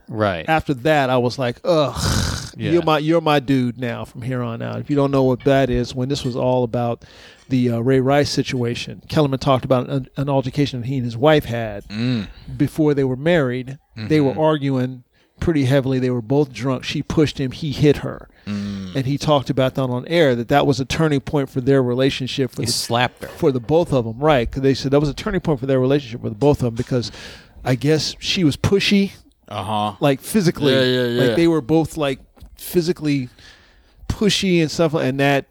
D: Right.
E: After that, I was like, ugh,
D: Yeah.
E: you're my you're my dude now from here on out. If you don't know what that is, when this was all about the uh, Ray Rice situation, Kellerman talked about an, an altercation that he and his wife had before they were married. They were arguing pretty heavily. They were both drunk. She pushed him. He hit her. And he talked about that on air that that was a turning point for their relationship for
D: He
E: the
D: slapped her.
E: for the both of them, right? 'Cause they said that was a turning point for their relationship with both of them because I guess she was pushy, uh
F: Uh-huh.
E: huh, like physically,
F: Yeah, yeah, yeah.
E: like they were both like physically pushy and stuff, and that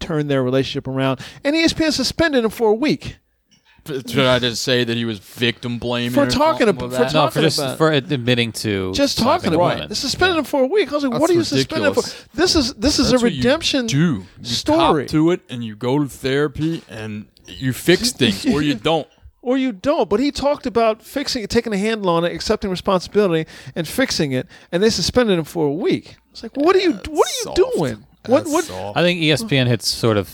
E: turned their relationship around. And E ESPN suspended him for a week
F: Should I just say that he was victim blaming?
E: For
F: or
E: talking
F: something
E: ab-
F: with
E: for
F: that?
E: talking
D: No, for just
E: about-
D: for admitting to
E: just talking
D: slapping
E: about
D: women.
E: it. They suspended him for a week. I was like,
F: That's
E: what are you suspended for?
F: ridiculous.
E: This is this is
F: That's
E: a
F: what you
E: redemption
F: do. You
E: story,
F: cop to it, and you go to therapy, and you fix things, or you don't.
E: or you don't. But he talked about fixing it, taking a handle on it, accepting responsibility, and fixing it. And they suspended him for a week. It's like, what are you? What are you
F: Soft.
E: doing? What?
F: That's
E: What?
F: soft.
D: I think E ESPN had sort of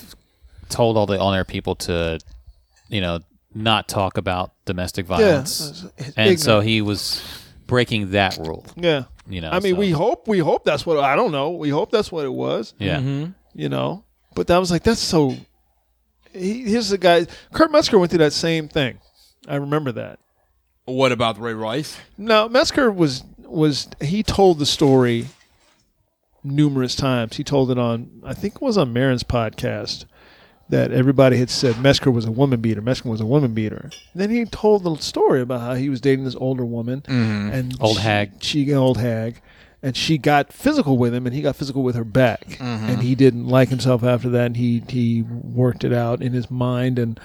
D: told all the on-air people to, you know, not talk about domestic violence,
E: it's- it's
D: and so
E: ignorant.
D: he was breaking that rule.
E: Yeah.
D: You know,
E: I mean,
D: so-
E: we hope. We hope that's what. I don't know. We hope that's what it was.
D: Yeah,
E: You know. But that was like that's so. He, here's the guy. Kurt Metzger went through that same thing. I remember that.
F: What about Ray Rice?
E: No, Metzger was was he told the story numerous times. He told it on I think it was on Marin's podcast that everybody had said Metzger was a woman beater. Metzger was a woman beater. Then he told the story about how he was dating this older woman and
D: Mm-hmm. Old
E: she-
D: hag.
E: She old hag. And she got physical with him, and he got physical with her back,
D: Mm-hmm.
E: and he didn't like himself after that. And he he worked it out in his mind and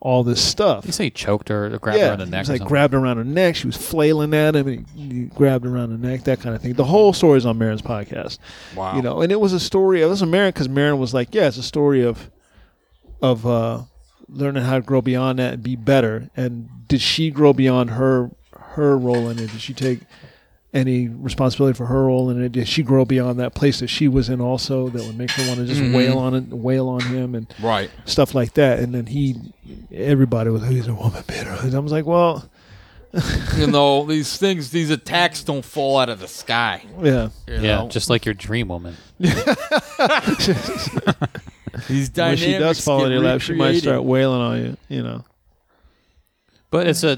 E: all this stuff
D: you say he choked her, or grabbed her on the neck,
E: he was
D: or
E: like
D: something.
E: grabbed her around her neck. She was flailing at him, and he, he grabbed her around her neck. That kind of thing. The whole story is on Marin's podcast. Wow. You know, and it was a story. It was a Marin because Marin was like, yeah, it's a story of, of uh, learning how to grow beyond that and be better. And did she grow beyond her her role in it? Did she take any responsibility for her role in it? Did she grow beyond that place that she was in also that would make her want to just wail on it, wail on him, and
F: Right.
E: stuff like that. And then he, everybody was, he's a woman beater. And I was like, well,
F: you know these things, these attacks don't fall out of the sky.
E: yeah.
F: you
D: yeah,
F: know?
D: just like your dream woman.
F: these
E: When
F: dynamics.
E: she does fall
F: get
E: in your lap, she might
F: recreated.
E: start wailing on you, you know.
D: But it's a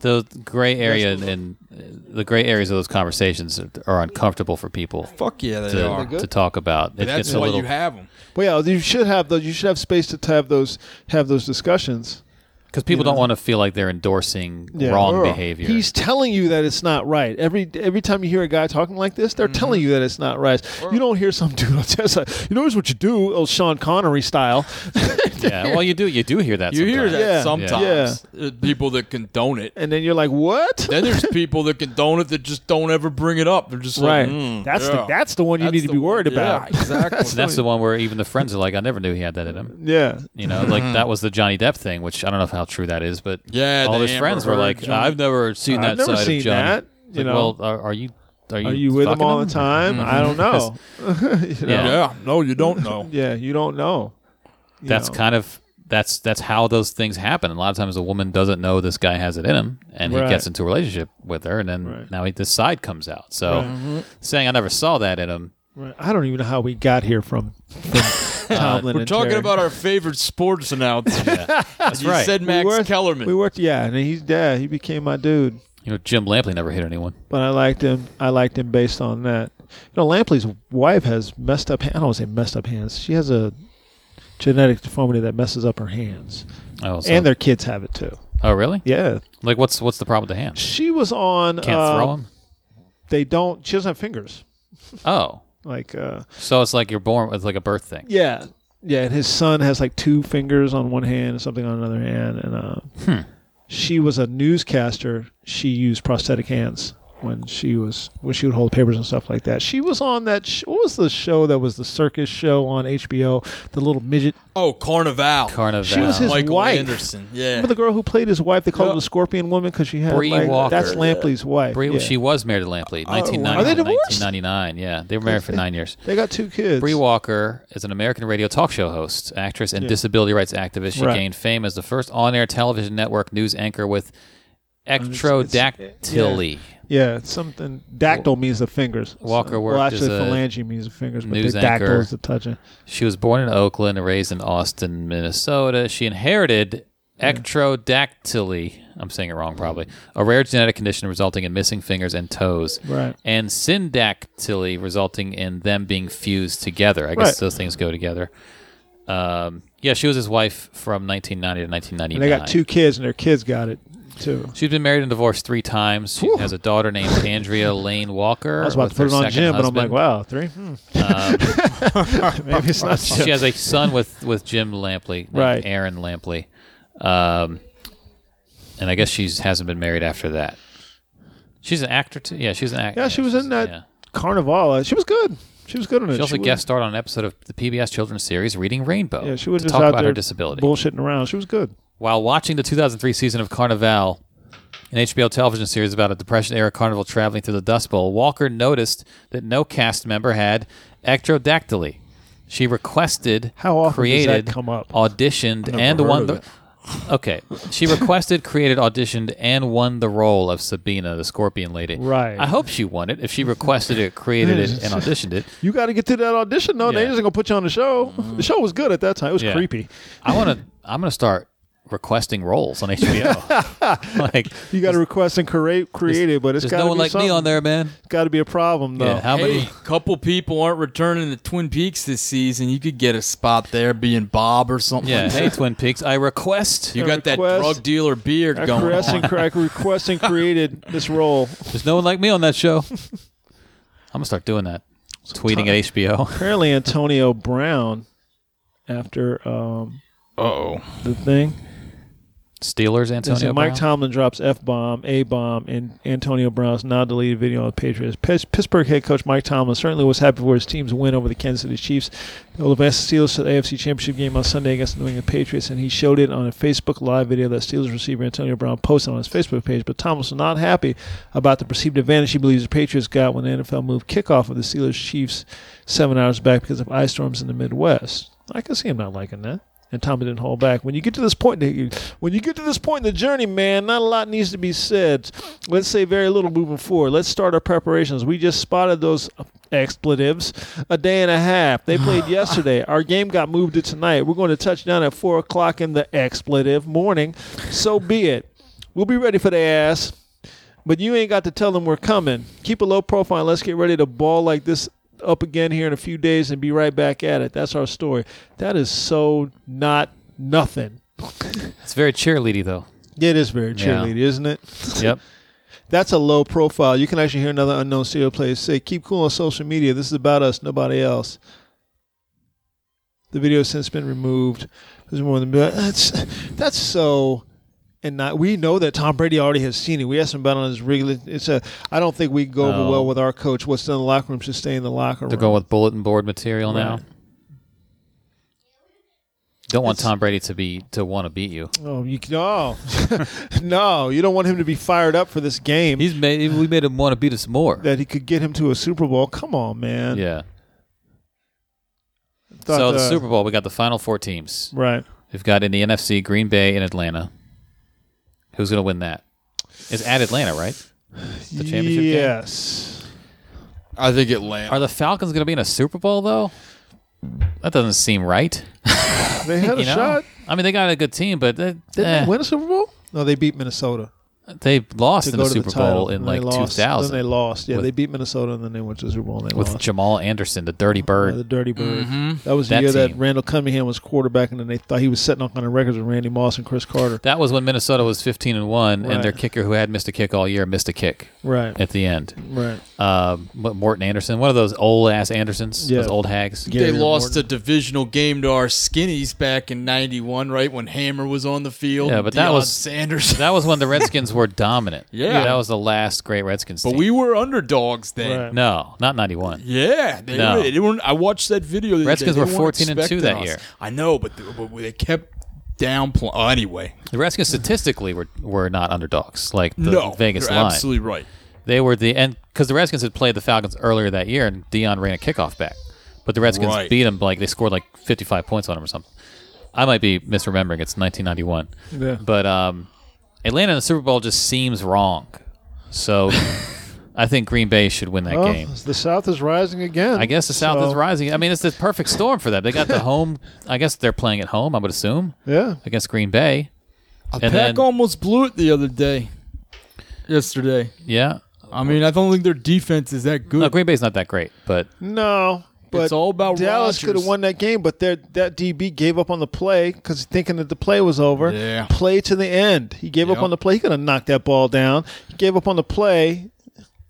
D: the gray area and uh, the gray areas of those conversations are, are uncomfortable for people
F: Fuck yeah, they
D: to,
F: are.
D: to talk about. It
F: That's
D: gets a
F: why
D: little
F: you have them.
E: But yeah, you should have those. You should have space to have those have those discussions.
D: because people don't want to feel like they're endorsing wrong behavior.
E: He's telling you that it's not right. Every every time you hear a guy talking like this,
F: Mm-hmm.
E: they're telling you that it's not right. You don't hear some dude on Tesla. You know, here's what you do, old Sean Connery style.
D: yeah, well, you do you do hear that.
F: You hear
D: sometimes.
F: that
E: Yeah.
F: sometimes. Uh, People that condone it.
E: and then you're like, what?
F: Then there's people that condone it that just don't ever bring it up. They're just
E: right.
F: like, mm,
E: that's the
F: yeah.
E: that's the one you
F: That's
E: need to
F: the
E: be
F: one-
E: worried about.
F: Yeah, exactly.
D: And that's the one where even the friends are like, I never knew he had that in him.
E: Yeah.
D: You know, like that was the Johnny Depp thing, which I don't know how true that is, but
F: Yeah,
D: all
F: the
D: his friends were
F: Amber
D: like,
F: Heard
D: I've never seen that
E: I've never
D: side
E: seen
D: of Johnny.
E: that,
D: It's
E: you
D: like,
E: know.
D: well, are, are you are you
E: Are you with him
D: fucking Mm-hmm.
E: all
D: him?
E: the time? I don't know.
D: Yeah,
E: "Oh,
F: yeah, no, you don't know.
E: Yeah, you don't know.
D: that's
E: know.
D: kind of that's that's how those things happen. A lot of times, a woman doesn't know this guy has it in him, and
E: Right.
D: he gets into a relationship with her, and then now he, this side comes out. So saying I never saw that in him,
E: Right. I don't even know how we got here from, from Tomlin.
F: We're
E: and
F: talking
E: Terry.
F: about our favorite sports announcer.
D: that's
F: You
D: right.
F: said Max
E: we worked,
F: Kellerman.
E: We worked, yeah, and he's yeah, he became my dude.
D: you know, Jim Lampley never hit anyone.
E: But I liked him. I liked him based on that. You know, Lampley's wife has messed up. hand- I don't want to say messed up hands. She has a genetic deformity that messes up her hands,
D: Oh, so-
E: and their kids have it too.
D: oh really?
E: Yeah,
D: Like what's what's the problem with the hand?
E: she was on.
D: Can't
E: uh,
D: throw him.
E: They don't. She doesn't have fingers.
D: Oh,
E: Like, uh,
D: so it's like you're born with like a birth thing.
E: yeah, yeah. And his son has like two fingers on one hand and something on another hand. And uh,
D: Hmm.
E: she was a newscaster. She used prosthetic hands when she was when she would hold papers and stuff like that. She was on that. Sh- what was the show that was the circus show on HBO? The little midget.
D: Eh.
F: oh, Carnival.
D: Carnival.
E: She was his
F: Michael
E: wife.
F: Anderson. Yeah.
E: Remember the girl who played his wife? They called her
F: Yeah.
E: the Scorpion Woman because she had
D: Bree
E: like
D: Walker.
E: that's Lampley's wife.
D: Bree,
E: yeah.
D: She was married to Lampley, 1990
E: Oh, Are they
D: to
E: divorced?
D: 1999. Yeah, they were married for nine years.
E: they got two kids.
D: Bree Walker is an American radio talk show host, actress, and disability rights activist. She
E: Right.
D: gained fame as the first on-air television network news anchor with ectrodactyly.
E: Yeah, it's something. Dactyl means the fingers.
D: Walker
E: Well,
D: worked as
E: actually,
D: a
E: phalange means the fingers, but the
D: news
E: dactyl
D: anchor.
E: is the touching.
D: She was born in Oakland and raised in Austin, Minnesota. She inherited ectrodactyly. I'm saying it wrong, probably. A rare genetic condition resulting in missing fingers and toes.
E: Right.
D: And syndactyly, resulting in them being fused together. I guess
E: Right.
D: those things go together. Um, yeah, she was his wife from 1990 to 1999.
E: And they got two kids, and their kids got it too.
D: She's been married and divorced three times. She has a daughter named Andrea Lane Walker.
E: I was about
D: with
E: to put
D: her
E: it on
D: second
E: Jim, but I'm like,
D: husband.
E: wow, three. Hmm. Maybe it's not.
D: she has a son with with Jim Lampley, named
E: Right.
D: Aaron Lampley, um, and I guess she hasn't been married after that. She's an actor too. Yeah, she's an actor.
E: Yeah, she was in that
D: Yeah.
E: Carnival. Uh, She was good. She was good in it.
D: She also
E: was-
D: guest starred on an episode of the PBS children's series Reading Rainbow.
E: Yeah, she was
D: to
E: just
D: talk
E: out
D: about
E: there
D: her disability.
E: bullshitting around. She was good.
D: While watching the 2003 season of Carnival, an HBO television series about a Depression era carnival traveling through the Dust Bowl, Walker noticed that no cast member had ectrodactyly. She requested,
E: How often does that
D: created,
E: come up?
D: auditioned, and
F: heard
D: won
F: of
D: the. Okay, she requested, created, auditioned, and won the role of Sabina, the Scorpion Lady.
E: Right.
D: I hope she won it. If she requested it, created it, and auditioned it,
E: You got to get to that audition, though. They
D: Yeah. Mm.
E: just gonna put you on the show. The show was good at that time. It was
D: Yeah.
E: creepy.
D: I want to. I'm going to start requesting roles on HBO. like,
E: You got to request and create, create it, but it's
D: there's
E: got to
D: no one
E: be
D: like me on there, man.
E: Got to be a problem, though.
D: Yeah, how
F: Hey,
D: many?
F: couple people aren't returning to Twin Peaks this season. You could get a spot there, being Bob or something.
D: Yeah,
F: like
D: hey,
F: that.
D: Twin Peaks, I request.
F: you got that
E: Request-
F: drug dealer beard
E: I
F: going.
E: caressed and
F: on.
E: cre- I request and created this role.
D: There's no one like me on that show. I'm gonna start doing that. Tweeting at HBO.
E: Apparently, Antonio Brown, after um,
F: Uh-oh.
E: the thing,
D: Steelers,
E: They say
D: Antonio.
E: Mike
D: Brown.
E: Tomlin drops F bomb, A bomb, and Antonio Brown's non deleted video on the Patriots. Pits- Pittsburgh head coach Mike Tomlin certainly was happy for his team's win over the Kansas City Chiefs. They will advance the Steelers to the AFC Championship game on Sunday against the New England Patriots, and he showed it on a Facebook Live video that Steelers receiver Antonio Brown posted on his Facebook page. But Tomlin was not happy about the perceived advantage he believes the Patriots got when the NFL moved kickoff of the Steelers Chiefs seven hours back because of ice storms in the Midwest. I can see him not liking that and Tommy didn't hold back. When you get to this point, in the- when you get to this point in the journey, man, not a lot needs to be said. Let's say very little moving forward. Let's start our preparations. We just spotted those expletives a day and a half. They played yesterday. Our game got moved to tonight. We're going to touch down at four o'clock in the expletive morning. So be it. We'll be ready for the ass. But you ain't got to tell them we're coming. Keep a low profile. Let's get ready to ball like this up again here in a few days and be right back at it. That's our story. That is so not nothing.
D: It's very cheerleady though.
E: It is very
D: Yeah.
E: cheerleading, isn't it?
D: Yep.
E: That's a low profile. You can actually hear another unknown serial player say, Keep cool on social media. This is about us, nobody else. The video has since been removed. There's more than that's that's so and not we know that Tom Brady already has seen it. We asked him about it on his regular it's a I don't think we go over
D: No.
E: well with our coach. What's done in the locker room should stay in the locker room.
D: They're going with bulletin board material now.
E: Right.
D: Don't want Tom Brady to be to want to beat you.
E: Oh, you no, no! You don't want him to be fired up for this game
D: He's made. We made him want to beat us more.
E: that he could get him to a Super Bowl. Come on, man!
D: yeah. uh,
E: Thought,
D: so the
E: uh,
D: Super Bowl, we got the final four teams.
E: right?
D: We've got in the NFC Green Bay and Atlanta. Who's going to win that? It's at Atlanta, right? The championship game?
E: yes.
F: I think Atlanta.
D: Are the Falcons going to be in a Super Bowl though? That doesn't seem right.
E: They had a
D: You know?
E: shot.
D: I mean, they got a good team, but they,
E: Didn't
D: eh,
E: they win a Super Bowl? No, they beat Minnesota
D: they lost
E: to
D: in
E: go
D: the
E: to the
D: Super
E: title.
D: Bowl in
E: and
D: like
E: they lost. Then they
D: 2000
E: lost. Yeah,
D: With-
E: they beat Minnesota and then they went to the Super Bowl and they
D: with
E: lost.
D: Jamal Anderson, the Dirty
E: Yeah, the
D: Bird.
E: Dirty Bird. That was the
D: That
E: year that
D: team.
E: Randall Cunningham was quarterbacking, and they thought he was setting all kind of records with Randy Moss and Chris Carter.
D: That was when Minnesota was 15 and one, and their
E: Right.
D: kicker who had missed a kick all year missed a kick
E: Right.
D: at the end.
E: right.
D: Um, what, Morton Anderson, one of those old ass Andersons,
E: Yeah.
D: those old hags.
E: Yeah.
F: they
E: Gary
F: lost
E: Morton.
F: a divisional game to our skinnies back in '91, right when Hammer was on the field.
D: Yeah, but that
F: Deion
D: was-
F: Sanders.
D: That was when the Redskins were dominant.
F: Yeah.
D: that was the last great Redskins.
F: but
D: team.
F: we were underdogs then.
E: Right.
D: no, not 91.
F: Yeah, they,
D: No.
F: were, they weren't. I watched that video. The other
D: Redskins
F: day.
D: were
F: They weren't
D: 14 and 2 that
F: expecting us.
D: year.
F: I know, but they, but they kept downplaying. Oh, anyway,
D: The Redskins statistically were were not underdogs like the
F: no,
D: Vegas
F: you're
D: line.
F: absolutely right.
D: They were the end because the Redskins had played the Falcons earlier that year, and Dion ran a kickoff back, but the Redskins
F: Right.
D: beat him like they scored like fifty five points on him or something. I might be misremembering. It's nineteen ninety one,
E: Yeah.
D: but um, Atlanta in the Super Bowl just seems wrong. So I think Green Bay should win
F: Oh,
D: that
E: Well,
D: game.
E: Oh, the South is rising again.
D: I guess the South
E: so-
D: is rising. I mean, it's the perfect storm for them. They got the home. I guess they're playing at home. I would assume
E: Yeah.
D: against Green Bay.
F: Pack
D: then-
F: almost blew it the other day. Yesterday,
D: Yeah,
F: I mean, I don't think their defense is that good.
D: no, Green Bay's not that great, but
E: No. But
F: all about
E: Dallas
F: Rodgers.
E: could have won that game, but their that DB gave up on the play because thinking that the play was over.
F: Yeah.
E: Play to the end. He gave up
F: Yep.
E: on the play. He could have knocked that ball down. He gave up on the play,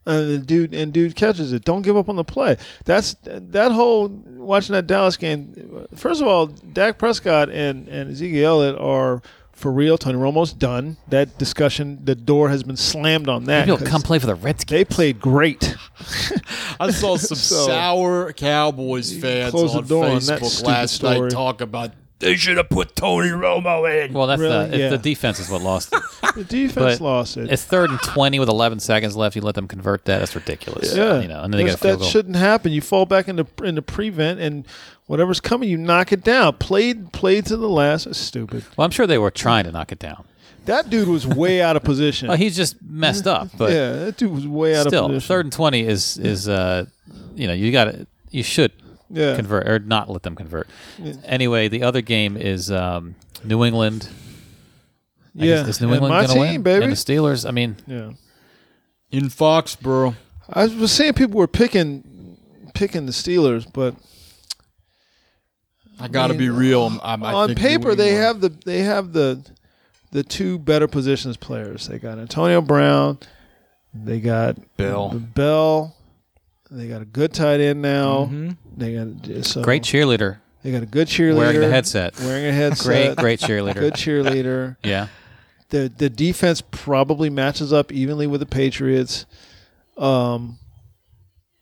E: and the dude and dude catches it. Don't give up on the play. That's that whole watching that Dallas game. First of all, Dak Prescott and and Ezekiel Elliott are. For real, Tony Romo's done. That discussion, the door has been slammed on that.
D: he'll
E: 'cause
D: come play for the Redskins.
E: They played great.
F: I saw some sour Cowboys fans
E: close the
F: on
E: door on that
F: Facebook
E: stupid
F: last
E: story.
F: night talk about they should have put Tony Romo in.
D: Well, that's
E: Really?
D: the, it's
E: Yeah.
D: the defense is what lost it.
E: The defense
D: But
E: lost it.
D: It's third and twenty with eleven seconds left. You let them convert that. That's ridiculous.
E: Yeah,
D: you know, and then they
E: That's-
D: get a field
E: that
D: goal.
E: shouldn't happen. You fall back into into prevent, and whatever's coming, you knock it down. Played played to the last. That's stupid.
D: well, I'm sure they were trying to knock it down.
E: That dude was way out of position.
D: Well, he's just messed up. But
E: yeah, that dude was way out
D: still,
E: of position.
D: third and twenty is is uh, you know, you got to you should
E: Yeah.
D: convert or not let them convert. Anyway, the other game is um, New England. I
E: yeah,
D: guess- is New
E: And
D: England
E: my
D: going to
E: team,
D: win?
E: baby.
D: And the Steelers. I mean,
E: yeah,
F: in Foxborough.
E: I was saying people were picking picking the Steelers, but
F: I got to be real. I'm- I'm, I
E: on
F: think
E: paper
F: New
E: they
F: England-
E: have the they have the the two better positions players. They got Antonio Brown. They got
F: Bell.
E: Bell. They got a good tight end now. They got so
D: Mm-hmm. great cheerleader
E: They got a good cheerleader
D: wearing the headset.
E: Wearing a headset.
D: Great, great
E: Good
D: cheerleader.
E: cheerleader.
D: Yeah.
E: the the defense probably matches up evenly with the Patriots. Um,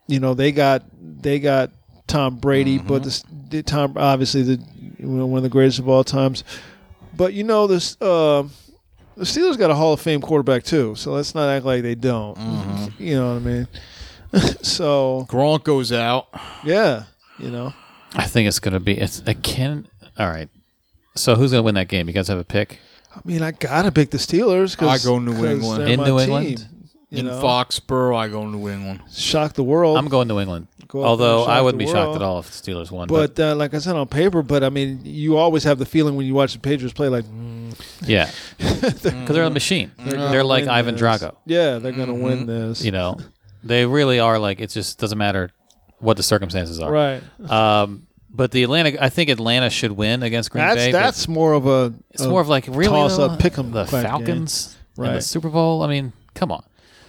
E: you know they got they got Tom Brady,
F: Mm-hmm.
E: but this, the Tom obviously the you know, one of the greatest of all times. But you know this uh, the Steelers got a Hall of Fame quarterback too, so let's not act like they don't.
F: Mm-hmm.
E: You know what I mean? so
F: Gronk goes out.
E: yeah, you know
D: I think it's going to be. It's it can. All right. So who's going to win that game? You guys have a pick.
E: I mean I gotta pick the Steelers. 'cause-
F: I go New
E: 'cause
F: England.
E: they're
D: In
E: my
D: New
E: team,
D: England?
E: you
F: in
E: know?
F: Foxborough, I go New England.
E: shock the world.
D: I'm going New England.
E: Go up
D: Although
E: and shock
D: I wouldn't
E: the
D: be shocked
E: world.
D: at all if the Steelers won. But,
E: But uh, like I said on paper, but I mean, you always have the feeling when you watch the Patriots play, like "Mm,
D: yeah, because they're a machine. They're, like
E: win
D: Ivan
E: this.
D: Drago. Mm-hmm.
E: yeah, they're going to win this.
D: You know, they really are like. It just doesn't matter what the circumstances are.
E: right?
D: Um, but the Atlanta, I think Atlanta should win against Green
E: That's
D: Bay. but
E: that's more of a
D: it's more of like really
E: toss
D: though?
E: up pick 'em
D: the
E: type game.
D: Falcons in the
E: Right.
D: Super Bowl. I mean, come on.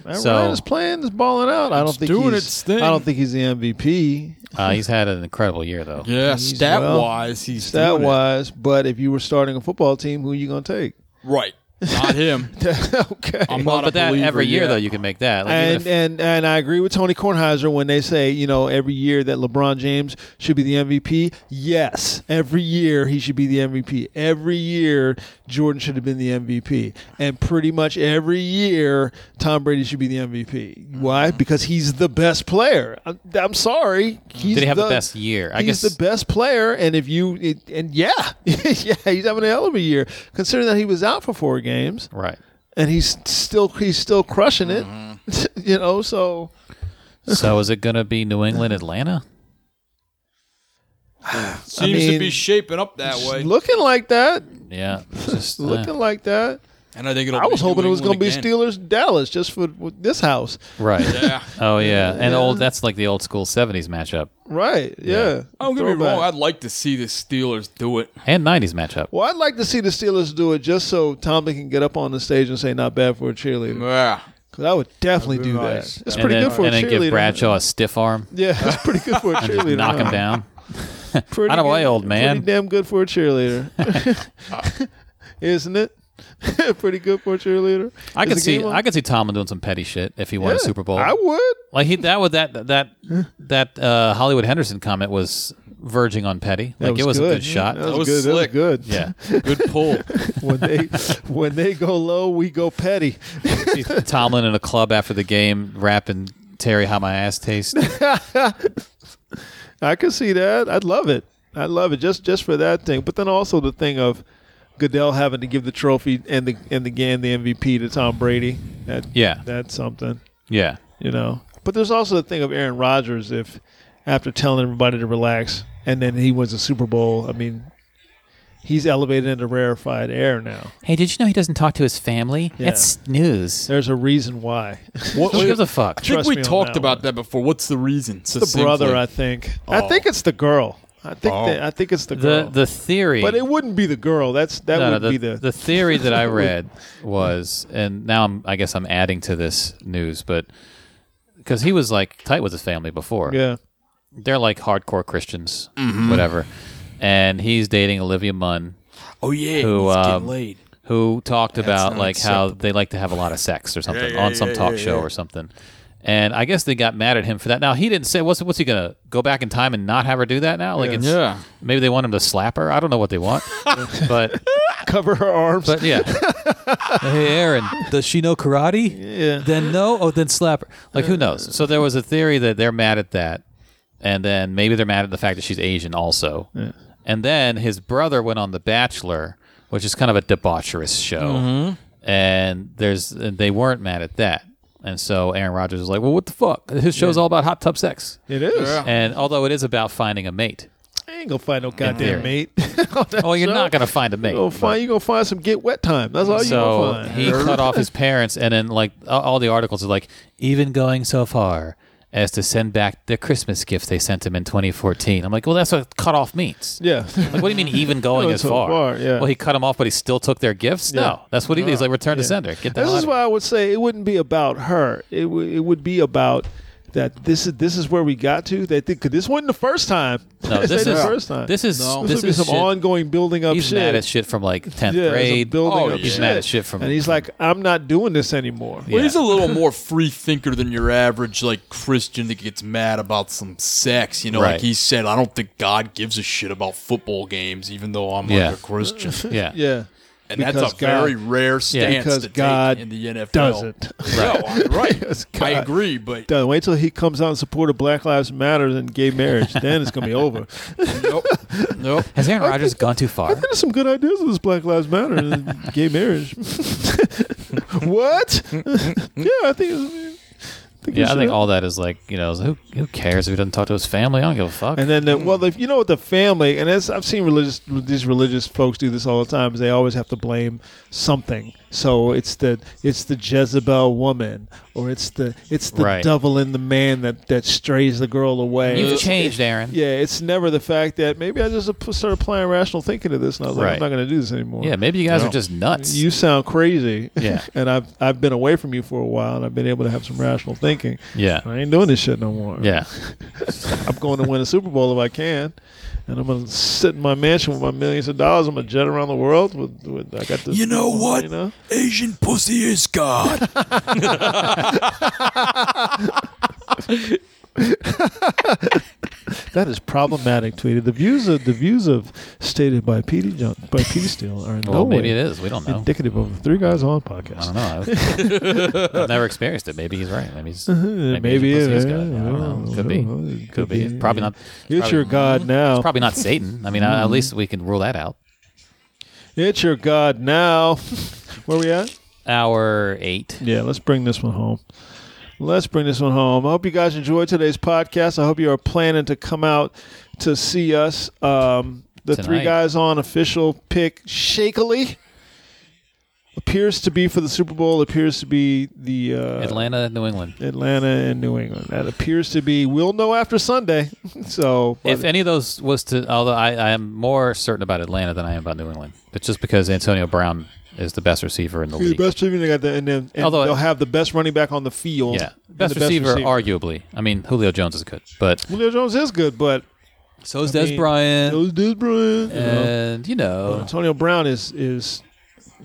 E: Man,
D: so-
E: Ryan is playing, is balling out. I don't
F: It's
E: think
F: doing
E: he's,
F: its thing.
E: I don't think he's the MVP
D: Uh, he's had an incredible year though.
F: Yeah,
E: He's
F: stat
E: well-
F: wise, he's
E: stat
F: doing it.
E: wise. But if you were starting a football team, who are you going to take?
F: right. Not him.
E: okay.
F: I'm
D: Well,
F: not
D: but
F: a
D: that
F: believer
D: every year
F: yet.
D: though you can make that. Like, even
E: and
D: if-
E: and and I agree with Tony Kornheiser when they say you know every year that LeBron James should be the MVP. Yes, every year he should be the MVP. Every year Jordan should have been the MVP, and pretty much every year Tom Brady should be the MVP. Why? Because he's the best player. I'm, I'm sorry, he's
D: Did he have the best year? I
E: he's
D: guess-
E: the best player, and if you it, and yeah, yeah, he's having a hell of a year considering that he was out for four games
D: right.
E: and he's still he's still crushing it. you know, so
D: So is it going to be New England, Atlanta?
F: Seems to
E: mean,
F: be shaping up that way.
E: looking like that,
D: Yeah, just uh,
E: looking like that.
F: and I think it'll
E: I was hoping it was going to be
F: still.
E: Steelers Dallas just for with this house,
D: right.
F: Yeah.
D: Oh yeah, and old. That's like the old school '70s matchup
E: right? Yeah.
F: Don't get Oh, me
E: Throwback.
F: wrong. I'd like to see the Steelers do it.
D: and '90s matchup.
E: well, I'd like to see the Steelers do it just so Tomlin can get up on the stage and say "Not bad for a cheerleader."
F: Yeah.
E: 'Cause I would definitely do
F: Mm-hmm. nice.
E: that. It's
D: and
E: pretty
D: then,
E: good for
D: and
E: a
D: then
E: cheerleader.
D: give Bradshaw a stiff arm,
E: Yeah, it's pretty good for a cheerleader.
D: knock him
E: huh?
D: down.
E: Pretty
D: Out of the way,
E: good-
D: old man.
E: Pretty damn good for a cheerleader, isn't it? pretty good for a cheerleader.
D: I
E: Is
D: could
E: the
D: see
E: game on?
D: I could see Tomlin doing some petty shit if he won a
E: Yeah,
D: Super Bowl.
E: I would.
D: like he that would that that that uh, Hollywood Henderson comment was verging on petty. Like it was a good shot.
E: That was,
F: was
E: good.
F: slick.
E: That was good.
D: Yeah,
F: Good pull.
E: when they when they go low, we go petty.
D: See Tomlin in a club after the game rapping Terry how my ass tastes.
E: I could see that. I'd love it. I'd love it just just for that thing. But then also the thing of Goodell having to give the trophy and the and the and the MVP to Tom Brady. That
D: Yeah.
E: that's something
D: Yeah.
E: you know. But there's also the thing of Aaron Rodgers if after telling everybody to relax and then he wins the Super Bowl. I mean. He's elevated into rarefied air now.
D: Hey, did you know he doesn't talk to his family?
E: That's
D: news.
E: There's a reason why.
F: What,
D: Who gives a fuck?
F: I think
E: Trust
F: we
E: me on
F: talked
E: that
F: about
E: one.
F: that before. What's the reason?
E: the brother, I think. I
F: Oh.
E: think it's the girl. I think.
F: Oh.
E: The, I think it's the
D: The
E: girl.
D: the theory,
E: but it wouldn't be the girl. That's that
D: No, no,
E: would
D: the,
E: be the.
D: the theory that I read was, and now I'm, I guess I'm adding to this news, but because he was like tight with his family before,
E: yeah.
D: they're like hardcore Christians, whatever, and he's dating Olivia Munn,
F: oh yeah,
D: who
F: he's
D: um,
F: getting laid.
D: who talked about
F: not
D: like how they like to have a lot of sex or something
F: yeah,
D: on some
F: yeah,
D: talk
F: yeah,
D: show
F: yeah.
D: or something. And I guess they got mad at him for that. Now he didn't say what's what's he gonna go back in time and not have her do that now? Like it's
F: Yeah.
D: maybe they want him to slap her. I don't know what they want, but
E: Cover her arms.
D: but yeah. hey Aaron, does she know karate?
E: Yeah.
D: Then no. Oh, then slap her. Like who knows? So there was a theory that they're mad at that, and then maybe they're mad at the fact that she's Asian also. And then his brother went on The Bachelor, which is kind of a debaucherous show, and there's and they weren't mad at that. And so Aaron Rodgers was like, "Well, what the fuck? His show's all about hot tub sex."
E: it is.
D: And although it is about finding a mate,
E: I ain't gonna find no
D: theory.
E: goddamn mate. on that
D: oh, you're
E: show.
D: not gonna find a mate.
E: You gonna
D: but-
E: find you gonna find some get wet time. That's all Oh, you
D: so
E: gonna find.
D: he cut off his parents, and then like a- all the articles are like even going so far as to send back the Christmas gift they sent him in 2014. I'm like, well, that's what cut off means.
E: yeah.
D: Like, what do you mean even going
E: Going
D: as
E: so
D: far?
E: far, yeah.
D: Well, he cut them off, but he still took their gifts.
E: Yeah.
D: No, that's what he did. He's like return to sender. Get the
E: This
D: hell
E: is
D: out of
E: why
D: here.
E: I would say it wouldn't be about her. It w- it would be about that. This is this is where we got to. That thi- 'cause this wasn't the first time.
D: No, this
E: ain't
D: is
E: the first time.
D: This is
F: No.
E: this
D: this
E: would be
D: is
E: some
D: shit.
E: ongoing building up
D: He's
E: shit.
D: mad at shit from like 10th
E: yeah, it's a
D: grade.
E: building
F: Oh,
E: up
F: yeah.
D: He's mad at shit from
E: and he's like, I'm not doing this anymore.
D: Yeah.
F: Well, he's a little more free thinker than your average like Christian that gets mad about some sex. You know,
D: Right.
F: like he said, I don't think God gives a shit about football games, even though I'm
D: Yeah.
F: like a Christian.
D: yeah.
E: Yeah.
F: And that's
E: Because
F: a
E: God-
F: very rare stance
E: because
F: to
E: God
F: take in the NFL.
E: doesn't.
F: Right.
E: Because
F: right. I
E: God
F: agree, but
E: Done. Wait till he comes out in support of Black Lives Matter and gay marriage. then it's gonna be over.
F: nope. Nope.
D: Has Aaron Rodgers gone too far?
E: There's some good ideas with this Black Lives Matter and gay marriage. what? yeah, I think. It's, I think we
D: Yeah, I
E: should
D: think
E: have-
D: all that is like you know who who cares if he doesn't talk to his family? I don't give a fuck.
E: And then, the, well, the, you know what the family, and it's, I've seen religious these religious folks do this all the time. Is they always have to blame something. So it's the it's the Jezebel woman, or it's the it's the
D: Right.
E: devil in the man that that strays the girl away.
D: You've
E: It's-
D: changed, Aaron.
E: Yeah, it's never the fact that maybe I just ap- started applying rational thinking to this, and I was like,
D: Right.
E: I'm not going to do this anymore.
D: Yeah, maybe you guys are just nuts.
E: You sound crazy.
D: Yeah.
E: and I've I've been away from you for a while, and I've been able to have some rational thinking.
D: yeah.
E: I ain't doing this shit no more.
D: Yeah.
E: I'm going to win a Super Bowl if I can, and I'm going to sit in my mansion with my millions of dollars. I'm going to jet around the world with. with I got this.
F: You know what?
E: You know.
F: Asian pussy is God.
E: That is problematic, tweeted. The views of the views of stated by Petey John, by Petey Steele are in
D: Well,
E: no
D: maybe
E: way
D: it is. We don't know.
E: indicative of the Three Guys on
D: I
E: podcast.
D: don't know. I've never experienced it. Maybe he's right. Maybe he's maybe,
E: Uh-huh, Eh, Maybe
D: he's
E: it is.
D: pussy's
E: Oh,
D: God. I don't know. Could be. Could be. Probably not.
E: It's
D: probably-
E: your god now.
D: Probably not Satan. I mean, at least we can rule that out.
E: It's your god now. Where we at?
D: Hour eight.
E: Yeah, let's bring this one home. Let's bring this one home. I hope you guys enjoyed today's podcast. I hope you are planning to come out to see us. Um, the three
D: Tonight.
E: guys on official pick shakily appears to be for the Super Bowl. Appears to be the uh,
D: Atlanta, New England.
E: Atlanta and New England. That appears to be. We'll know after Sunday. so
D: If any of those was to, although I, I am more certain about Atlanta than I am about New England. It's just because Antonio Brown is the best receiver in the
E: He's
D: league.
E: the best receiver they got there, and then and
D: Although-
E: they'll have the best running back on the field.
D: yeah,
E: and
D: best,
E: the
D: receiver, arguably. I mean, Julio Jones is good, but
E: Julio Jones is good, but
D: so is
E: I
D: Des
E: mean,
D: Bryant,
E: those dudes, Brian, you know.
D: and you know,
E: Antonio Brown is is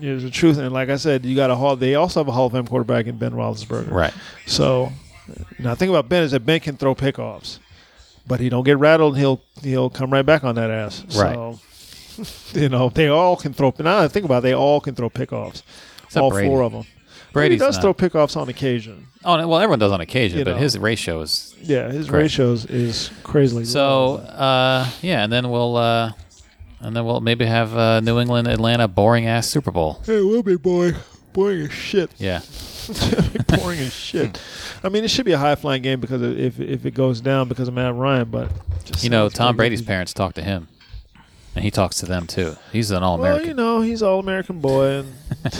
E: is the truth, and like I said, you got a hall. They also have a Hall of Fame quarterback in Ben Roethlisberger.
D: right?
E: So now the thing about Ben is that Ben can throw pickoffs, but he don't get rattled. And he'll he'll come right back on that ass. So, you know they all can throw. Now that I think about it, they all can throw pickoffs.
D: Except
E: all
D: Brady.
E: four of them. he
D: Brady's
E: does
D: not.
E: throw pickoffs on occasion.
D: Oh, no, well, everyone does on occasion,
E: You
D: but
E: know.
D: his ratio is
E: Yeah, his
D: Correct.
E: ratios is crazily. low.
D: so. Uh, yeah, and then we'll. Uh, and then we'll maybe have uh, New England Atlanta boring ass Super Bowl.
E: hey, we'll be boy, boring as shit.
D: Yeah,
E: boring as shit.
D: Hmm.
E: I mean, it should be a high flying game because if if it goes down because of Matt Ryan, but just
D: you know
E: sounds
D: Tom
E: pretty
D: Brady's
E: good.
D: parents talk to him, and he talks to them too. He's an all
E: Well,
D: American.
E: you know, he's all American boy, and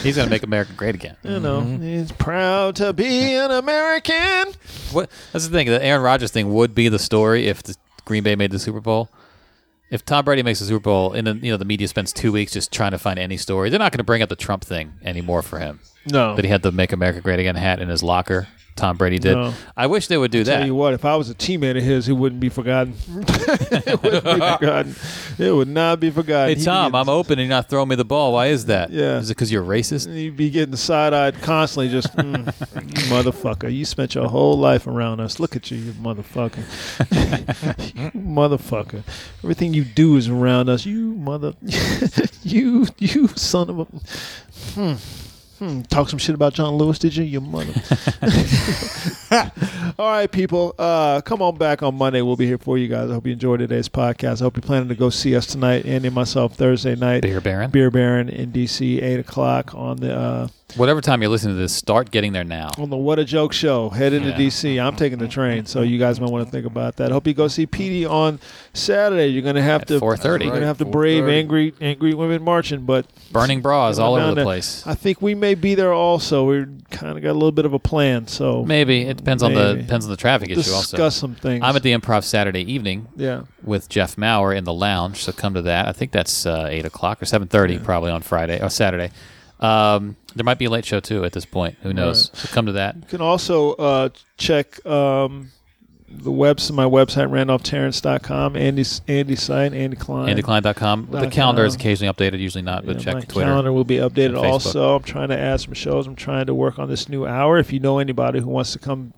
D: He's gonna make America great again.
E: you know
D: Mm-hmm.
E: he's proud to be an American.
D: What? That's the thing. The Aaron Rodgers thing would be the story if the Green Bay made the Super Bowl. If Tom Brady makes the Super Bowl, and then you know the media spends two weeks just trying to find any story, they're not going to bring up the Trump thing anymore for him.
E: No,
D: That he had the "Make America Great Again" hat in his locker. Tom Brady did.
E: No.
D: I wish they would do
E: Tell
D: that.
E: you what, if I was a teammate of his, he wouldn't be forgotten. it wouldn't be forgotten. It would not be forgotten.
D: Hey
E: He'd be
D: Tom,
E: getting-
D: I'm open, and you're not throwing me the ball. Why is that?
E: Yeah.
D: Is it because you're racist?
E: You'd be getting side eyed constantly, just mm, you motherfucker. You spent your whole life around us. Look at you, you motherfucker. you motherfucker. Everything you do is around us. You mother. you you son of a. Hmm. Hmm. Talk some shit about John Lewis, did you? You mother. All right, people. Uh, come on back on Monday. We'll be here for you guys. I hope you enjoyed today's podcast. I hope you're planning to go see us tonight. Andy and myself Thursday night.
D: Beer Baron.
E: Beer Baron in DC, eight o'clock on the uh,
D: Whatever time you're listening to this, start getting there now.
E: on the What a Joke show. Head into
D: Yeah.
E: DC. I'm taking the train, so you guys might want to think about that. Hope you go see Petey on Saturday. You're gonna have
D: At
E: to
D: 4:30.
E: You're gonna have to
F: 4:30.
E: brave angry angry women marching, but
D: Burning bras all
E: down
D: over the
E: there.
D: place.
E: I think we may be there also. We kind of got a little bit of a plan, so
D: Maybe it depends on the
E: Maybe.
D: depends on the traffic issue.
E: discuss
D: Also,
E: some things.
D: I'm at the Improv Saturday evening.
E: yeah.
D: with Jeff Maurer in the lounge. So come to that. I think that's uh, eight o'clock or seven thirty probably on Friday or Saturday. Um, there might be a late show too at this point. Who knows? So come to that.
E: You can also uh, check um, the webs my website randolphterrence.com. Andy Andy site Andy Klein.
D: AndyKlein.com. The
E: Dot
D: calendar is
E: com.
D: occasionally updated, usually not, but
E: Yeah, my
D: check Twitter.
E: calendar will be updated.
D: and Facebook.
E: Also, I'm trying to add some shows. I'm trying to work on this new hour. If you know anybody who wants to come,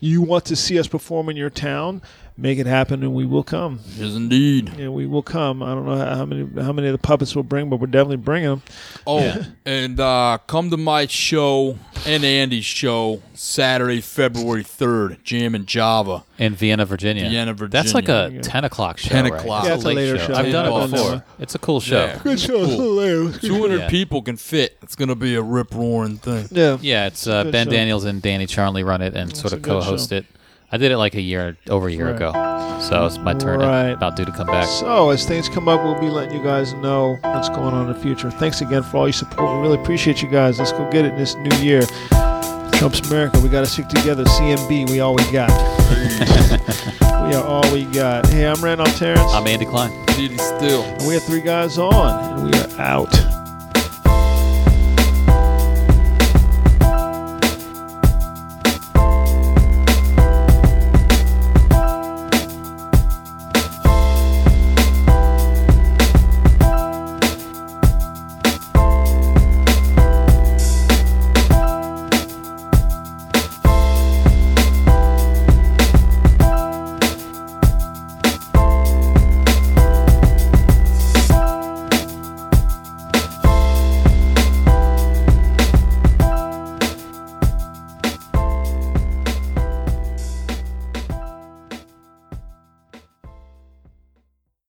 E: you want to see us perform in your town, make it happen, and we will come.
F: yes, indeed.
E: Yeah, we will come. I don't know how many how many of the puppets we'll bring, but we'll definitely bring them.
F: Oh, and uh, come to my show and Andy's show Saturday, February 3rd, Jam and Java.
D: In Vienna, Virginia.
F: Vienna,
D: That's like a
E: Virginia.
D: ten o'clock show.
F: 10
D: right?
F: o'clock.
D: It's
F: Yeah,
E: it's a later show.
D: I've done it
F: I've done
D: before.
E: that
D: It's a cool show.
F: Yeah.
D: Yeah,
E: Good show.
F: Cool.
E: Hilarious.
F: 200
D: Yeah.
F: people can fit. It's going to be a rip roaring thing.
E: Yeah.
D: it's uh,
E: Good
D: Ben
E: show.
D: Daniels and Danny Charnley run it and sort
E: a
D: of
E: good show.
D: co-host it. I did it like a year over a year
E: Right.
D: ago, so it's my turn. I'm
E: Right.
D: About due to come back.
E: So, as things come up, we'll be letting you guys know what's going on in the future. Thanks again for all your support. We really appreciate you guys. Let's go get it in this new year. Trump's America. We got to stick together. CMB, we all we got. we are all we got. Hey, I'm Randolph Terrence.
D: I'm Andy Klein.
F: Andy Still.
E: and we are three guys on, and we are out.